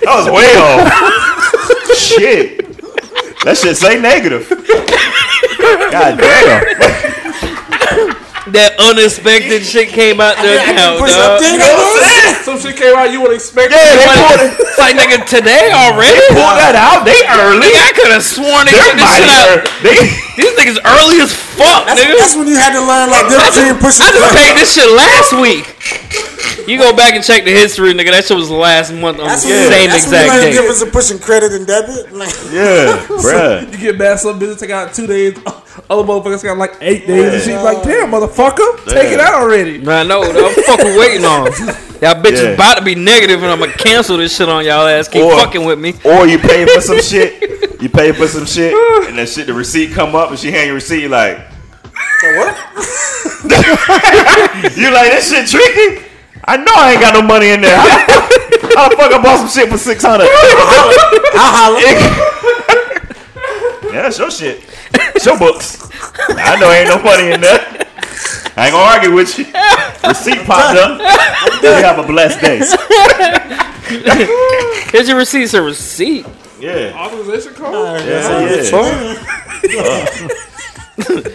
That was way off. shit. That shit say negative. God damn.
That unexpected shit came out the
I can
account,
push
dog.
up there. that was-
Some shit came out you would expect.
Yeah, they pulled, it,
It's like nigga today already.
they pulled that out. They early.
Nigga, I could have sworn they
They're
took this shit out.
mighty early. They,
These niggas early as fuck,
That's,
nigga.
that's when you had to learn
(laughs) I
like this
just,
team pushing.
I just paid this shit last week. You go back and check the history, nigga. That shit was last month on the
That's when, you,
same
that's
exact
when you learn the
day.
difference of pushing credit and (laughs) debit. Like,
yeah, bruh.
You get mad, some business take out two days. (laughs) Other motherfuckers got like eight days. And she's like, damn, motherfucker, take it out already.
I know. dog. I'm fucking waiting on. Y'all bitches
Yeah.
about to be negative, and I'm gonna cancel this shit on y'all ass. Keep
Or-
fucking with me.
Or you pay for some shit. You pay for some shit, and that shit, the receipt come up, and she hand you receipt. You like, what? (laughs) you like this shit tricky? I know I ain't got no money in there. How the fuck I bought some shit for six hundred?
I holler.
(laughs) Yeah, that's your shit. It's your books. I know ain't no money in there. I ain't gonna argue with you. Receipt popped up. You have a blessed day.
Here's your receipt. It's a receipt.
Yeah.
Authorization card?
Yeah, yeah.
That's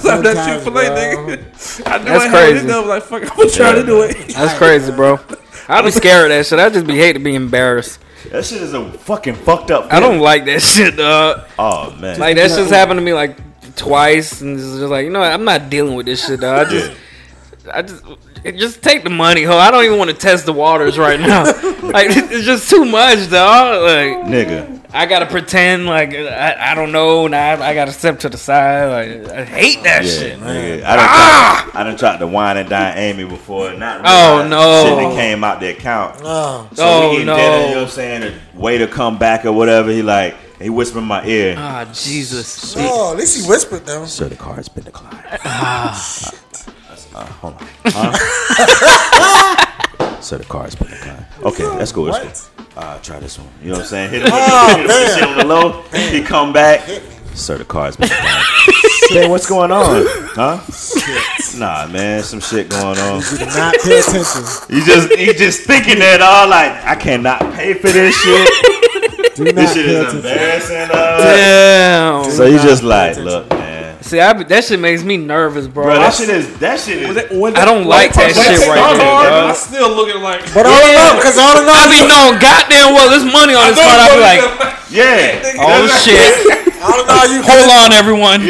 Stop that shit for late, nigga. (laughs) I knew
That's
I had
crazy.
it. I was like, fuck, I'm gonna try to do it.
That's crazy, bro. I'd be scared of that shit. I just be hate to be embarrassed.
That shit is a fucking fucked up.
I don't like that shit, dog.
Oh man.
Like that's just happened to me like twice, and it's just like you know what? I'm not dealing with this shit, dog. I just I just just take the money, ho. I don't even want to test the waters right now. like it's just too much, dog. Like
nigga.
I gotta pretend like I, I don't know. Now I, I gotta step to the side. Like I hate that
Yeah,
shit. Ah!
nigga. I done, tried, I done tried to wine and dine Amy before. and Not
Oh,
realize
no.
Shit that came out the account.
Oh,
So
Oh,
we eating
no.
dinner, you know what I'm saying? The waiter come back or whatever. He like, he whispered in my ear.
Ah, Jesus.
oh, at least he whispered them.
Sir, the car has been declined.
Ah,
uh, hold on.
(laughs)
Huh? Sir, the car has been declined. Okay, let's
(laughs)
go. Let's go. Uh, try this one. You know what I'm saying? (laughs) Hit him with the- hit him with the shit on the low. He come back. Sir, the car has (laughs) been declined. Man, what's going on? Huh? Nah, man, some shit going on.
Did not pay attention.
You just, you just thinking that all like, I cannot pay for this (laughs) shit.
Do not
This shit
pay
is
attention.
embarrassing. Uh.
Damn.
So you just like, look, man.
See, I, be- that shit makes me nervous, bro.
Bro,
I,
that shit is that shit is
I don't like that
When
shit
it's
right
not hard,
there.
I
dog.
still looking like
(laughs)
But all in all, because all in all,
I be knowing goddamn well there's money on this card. I be
(laughs)
(laughs)
like,
yeah.
oh shit.
all in
(laughs)
all, you
Hold on, everyone.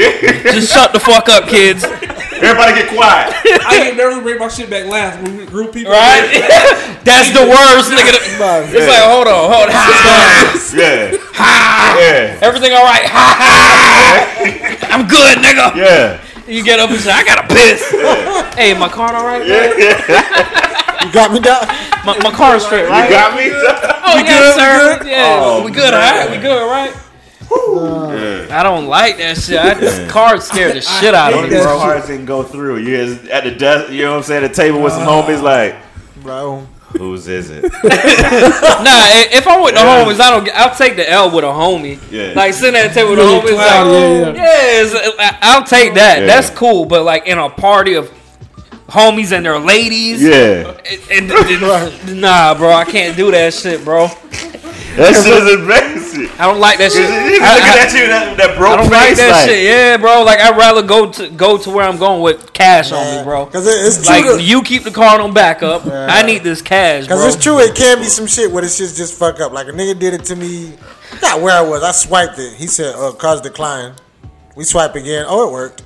Just shut the fuck up, kids.
(laughs) Everybody get quiet. (laughs)
I get nervous to bring my shit back last when we group people.
Right? (laughs) That's the worst, nigga.
Everybody.
It's like, hold on, hold on. (laughs)
Yeah. Yeah.
Everything all right? (laughs) Ha ha. I'm good, nigga.
Yeah. (laughs)
You get up and say, I gotta piss. Hey, my car all right? bro?
You got me down.
My, my car is straight,
You
right?
got me? (laughs)
Oh, yeah, sir. Yeah,
Oh,
we good, all right? We good, all right? I don't like that shit. I, this car scared the shit out of me,
These
bro.
cards didn't go through. You is at the desk, you know what I'm saying? The table with some homies like,
Bro.
whose is it?
Nah, i- if I'm with the homies, I don't. get- I'll take the L with a homie.
Yeah.
Like sitting at the table with the homies,
clown,
like, yeah,
yeah,
it's- I- I'll take that.
Yeah.
That's cool. But like in a party of homies and their ladies,
Yeah.
and- and- and- nah, bro, I can't do that shit, bro.
That shit is embarrassing.
I don't like that shit.
He's
I-
looking
I-
at you that, that
I
broke
don't like
face.
that
like,
shit. Yeah, bro. Like I'd rather go to go to where I'm going with cash on me, bro.
Because it, it's true.
Like
to-
you keep the car on backup. I need this cash, bro.
Cause it's true, it can be some shit where this shit's just fuck up. Like a nigga did it to me, not where I was. I swiped it. He said, "Uh, cause decline." We swipe again. Oh, it worked.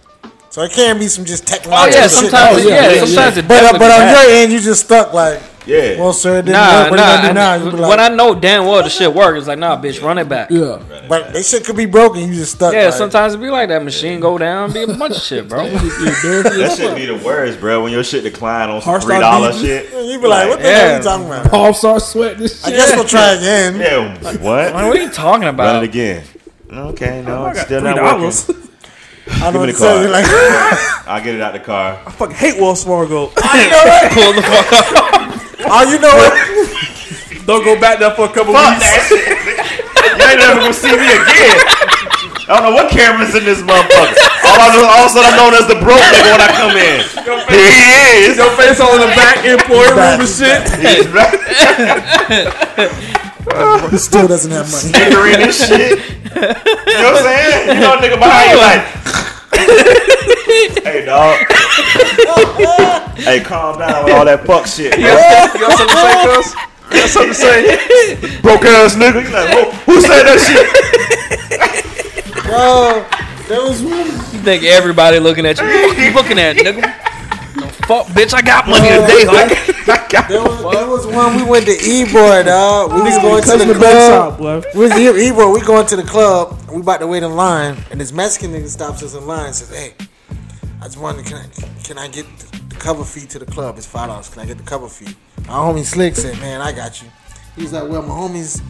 So it can be some just
Oh
technological
yeah,
shit.
sometimes
Oh,
yeah,
yeah, yeah,
sometimes it
But uh,
definitely
but on
happens.
your end, you just stuck like,
Yeah.
well, sir, it didn't
Nah,
work. What nah,
nah.
you gonna
I-
do now? You be
when I
like,
know damn well the shit work, it's like, nah, bitch, run it back. Yeah,
Yeah.
but this shit could be broken. You just stuck. like,
sometimes it be like that. Machine go down, be a bunch of shit,
(laughs)
bro.
that should be the worst, bro. When your shit declined on some
Heart
three
stop
dollar
beating.
(laughs)
shit.
You be like, what the hell are
Yeah.
you talking about?
Paul start sweating. This
I
shit.
guess we'll try again.
Yeah,
Man,
what?
what are you talking
Run it
about?
again. Okay, no, it's still
Three
not working.
dollars.
I
Give
know
me
what
the
it says.
card.
Like, (laughs)
I'll get it out the car.
I fucking hate Wells Fargo.
(laughs) Pull the fuck up.
oh, you know what?
Don't go back there for a couple
Fuck
weeks.
that shit. (laughs) you ain't never gonna see me again. I don't know what camera's in this motherfucker. All I know, all of a sudden, I'm known as the broke nigga when I come in. Here he is.
Your face all in the back employee room and (laughs) shit.
He's back
He still doesn't have money.
fingering this shit. You know what I'm saying? You know, a nigga behind you like, hey dog. hey, calm down with all that fuck shit. bro.
You got something to say, cuz? You got something to say?
Broke ass nigga. You like, who, who said that
(laughs)
shit?
Bro, there was one.
You think everybody looking at you? What you looking at, nigga? No, fuck, bitch, I got money today. Like,
There was, there was one we went to Ebor, dog. We was going to
Touching
the
the back
club.
top, boy.
We was in Ebor. We going to the club. We about to wait in line, and this Mexican nigga stops us in line. and Says, "Hey, I just wanted can I can I get the cover fee to the club? It's five dollars. Can I get the cover fee?" Our homie Slick said, "Man, I got you." He was like, "Well, my homies,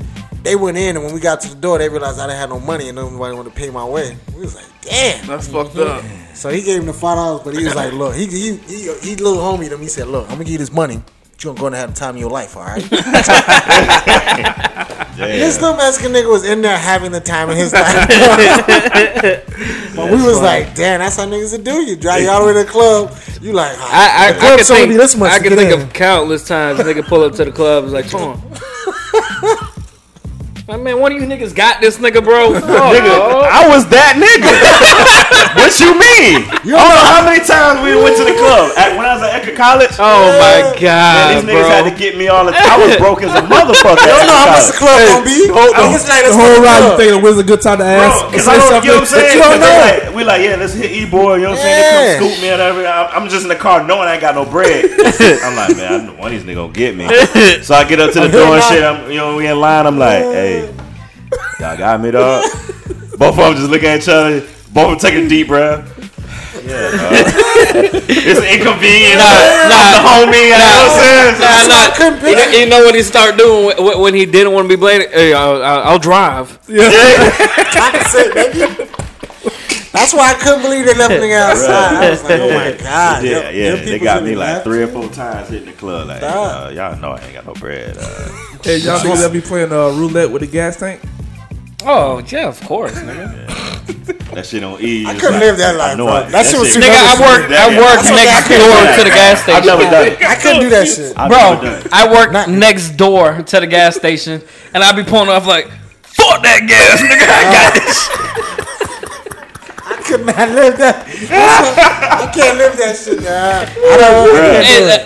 they went in, and when we got to the door, they realized I didn't have no money, and nobody wanted to pay my way." We was like, "Damn."
That's fucked up.
So he gave him the five dollars, but he was like, "Look, he he he, he little homie to him. He said, look, I'm gonna give you this money. But you gonna go and have the time of your life, all
(laughs)
right?'" This little Mexican nigga was in there having the time
(laughs)
of his life. but we was like, "Damn, that's how niggas would do. You drive you all the way to the club. You like, ah,
(laughs) I, I, I
club
can
sold
think,
me this much
I
to
can
get
think (laughs)
in.
of countless times nigga pull up to the club, is like, come on. My man, one of you niggas got this nigga, bro. Oh,
(laughs) Nigga, I was that (laughs) nigga. what you mean? I don't know how many times we went to the club at, when I was at Eckerd College.
oh my
Man,
god,
these niggas
bro.
had to get me all the time. I (laughs) was broke as a motherfucker. I don't know how
What's the club gonna be?
the-
It's like
The
it's
whole
gonna
ride, you
be
thinking it was a good time to ask.
Bro,
and
cause
say
I don't, you know
something
what I'm saying?
that you don't
'Cause they
know.
Like, we like, yeah, let's hit E-boy. You know what I'm
Yeah.
saying? They come scoop me and everything. I'm, I'm just in the car knowing I ain't got no (laughs) bread. I'm like, man, I know one of these niggas gonna get (laughs) me. So I get up to the door and shit. I'm, you know, we in line. I'm like, hey, y'all got me, dog. Both of them just looking at each other. Both of them taking a deep breath. Yeah, dog. it's inconvenient.
Nah,
I'm
nah.
the homie. you know what I'm saying?
Nah, nah.
couldn't pick
You- You know what he started doing when- when, when he didn't want to be blamed? Hey, I'll, I'll I'll drive.
(laughs)
(laughs) That's why I couldn't believe they left me outside. I was like, oh
(laughs)
my god.
Yeah,
Them-
yeah.
them
They
people
got
should've
me like
left.
three or four times hitting the club. Like,
Stop.
uh, y'all know I ain't got no bread. Uh,
Hey, y'all niggas that be playing uh, roulette with the gas tank?
Oh yeah, of course, nigga.
that shit on E.
I
It's
couldn't
like,
live that
I
life,
know
bro.
I-
That
that
shit was
shit-
too-
nigga, I work. I work
That's what
next
I couldn't
door
do.
to the gas station.
I've never done it.
I couldn't do that
(laughs)
shit.
I've never
Bro,
done it.
I work
Not-
next door to the gas station, and I be pulling off like, "Fuck that gas, nigga!
Oh,
I got this."
I could not live that. I can't live that shit. Nah. I don't. I can't do
And uh,
it.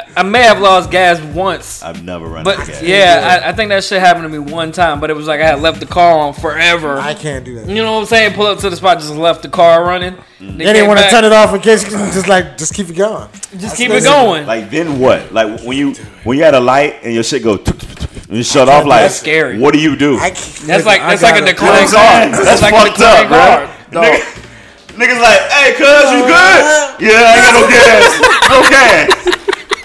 I, I, I, I may have lost gas once,
I've never run out of gas.
but yeah, I, I think that shit happened to me one time. But it was like I had left the car on forever.
I can't do that.
you know what I'm saying? Pull up to the spot, just left the car running.
Mm. They didn't want to turn it off in case. Just like, just keep it going.
Just keep it going.
Like then what? Like when you when you had a light and your shit go and you shut off. Like
That's scary.
What do you do?
I can't.
That's like that's like a
gotta-
decline
Lights on.
card.
That's
like
fucked up, bro. Nigga- Niggas like, hey, cuz you good? Yeah, I ain't got no gas. No gas.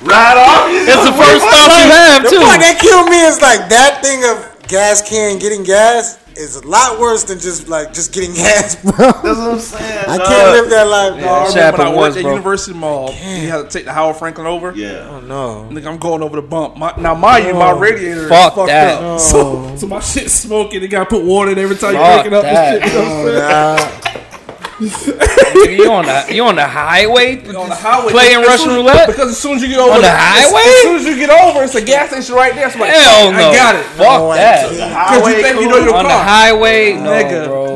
Ride off.
It's the first thought you have
The part
too.
that killed me is like that thing of gas can getting gas is a lot worse than just like just getting gas, (laughs) bro.
That's what I'm saying.
I
Uh,
dog.
can't live that life, dog.
I
shit
remember when I
happened
worked
once,
at
bro.
University Mall. You had to take the Howard Franklin over.
Yeah.
No.
Nigga, I'm going over the bump. My, now, mind you, my radiator
Fuck
is fucked
that.
up. Oh. So, so my shit's smoking. It got to put water in every time you
Fuck
pick it up.
that.
And shit, you know what I'm saying?
you on the you on the highway
On the highway.
playing
As soon-
Russian roulette?
Because as soon as you get over
On the
as-
highway?
as soon as you get over, it's a gas station right there. So I'm like,
Hell
fuck,
no.
I got it.
Fuck
No, I
that.
can't.
Because you think you know your
On the
car.
highway, no, bro.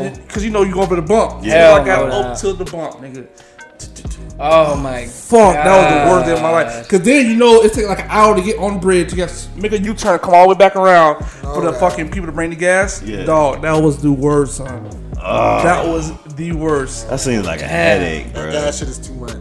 nigga. Because you know you going for the bump.
Yeah.
So I got
Hell no.
up to the bump, nigga.
Oh my.
Fuck, that was the worst day of my life. Cause then you know it takes like an hour to get on the bridge. You got to make a U turn, come all the way back around for
Oh,
the fucking people to bring the gas.
Yeah.
Dog, that was the worst, son.
Ah.
that was the worst.
That seems like a headache, bro.
That shit is too much.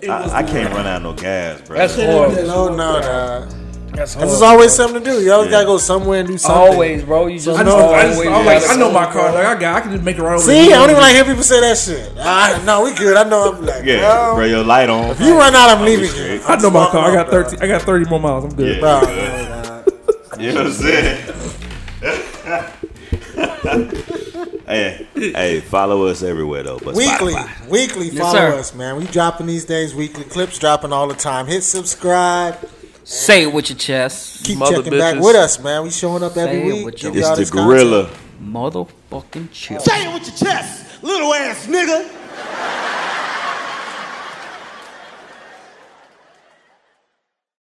It was
I, I
the
can't run out of no gas, bro.
That's horrible.
No, no, nah.
That's
Cause there's
horrible.
always something to do. You always gotta go somewhere and do something.
Always, bro. You just
I know, I,
always.
just, I'm like,
gotta
I know
go.
my car. Like, I got, I can just make it right over.
See,
the
I don't even like hear people say that shit. Ah, no, we good. I know. I'm like,
yeah, bro.
bro,
Your light on.
if you run out, I'm leaving
straight.
you.
I know my car. I got
Bro.
thirty. I got thirty more miles. I'm good.
Yeah,
Bro,
you good. You know what I'm
(laughs)
saying? hey, hey, follow us everywhere though. But
weekly,
Spotify.
weekly follow
sir.
us, man. We dropping these days. Weekly clips dropping all the time. Hit subscribe.
Say it with your chest,
Keep
Mother
checking back
bitches.
with us, man. We showing up every
Say it
week.
with
Give
your-
y'all
it's the
this content.
gorilla.
motherfucking chill.
Say it with your chest, little ass nigga.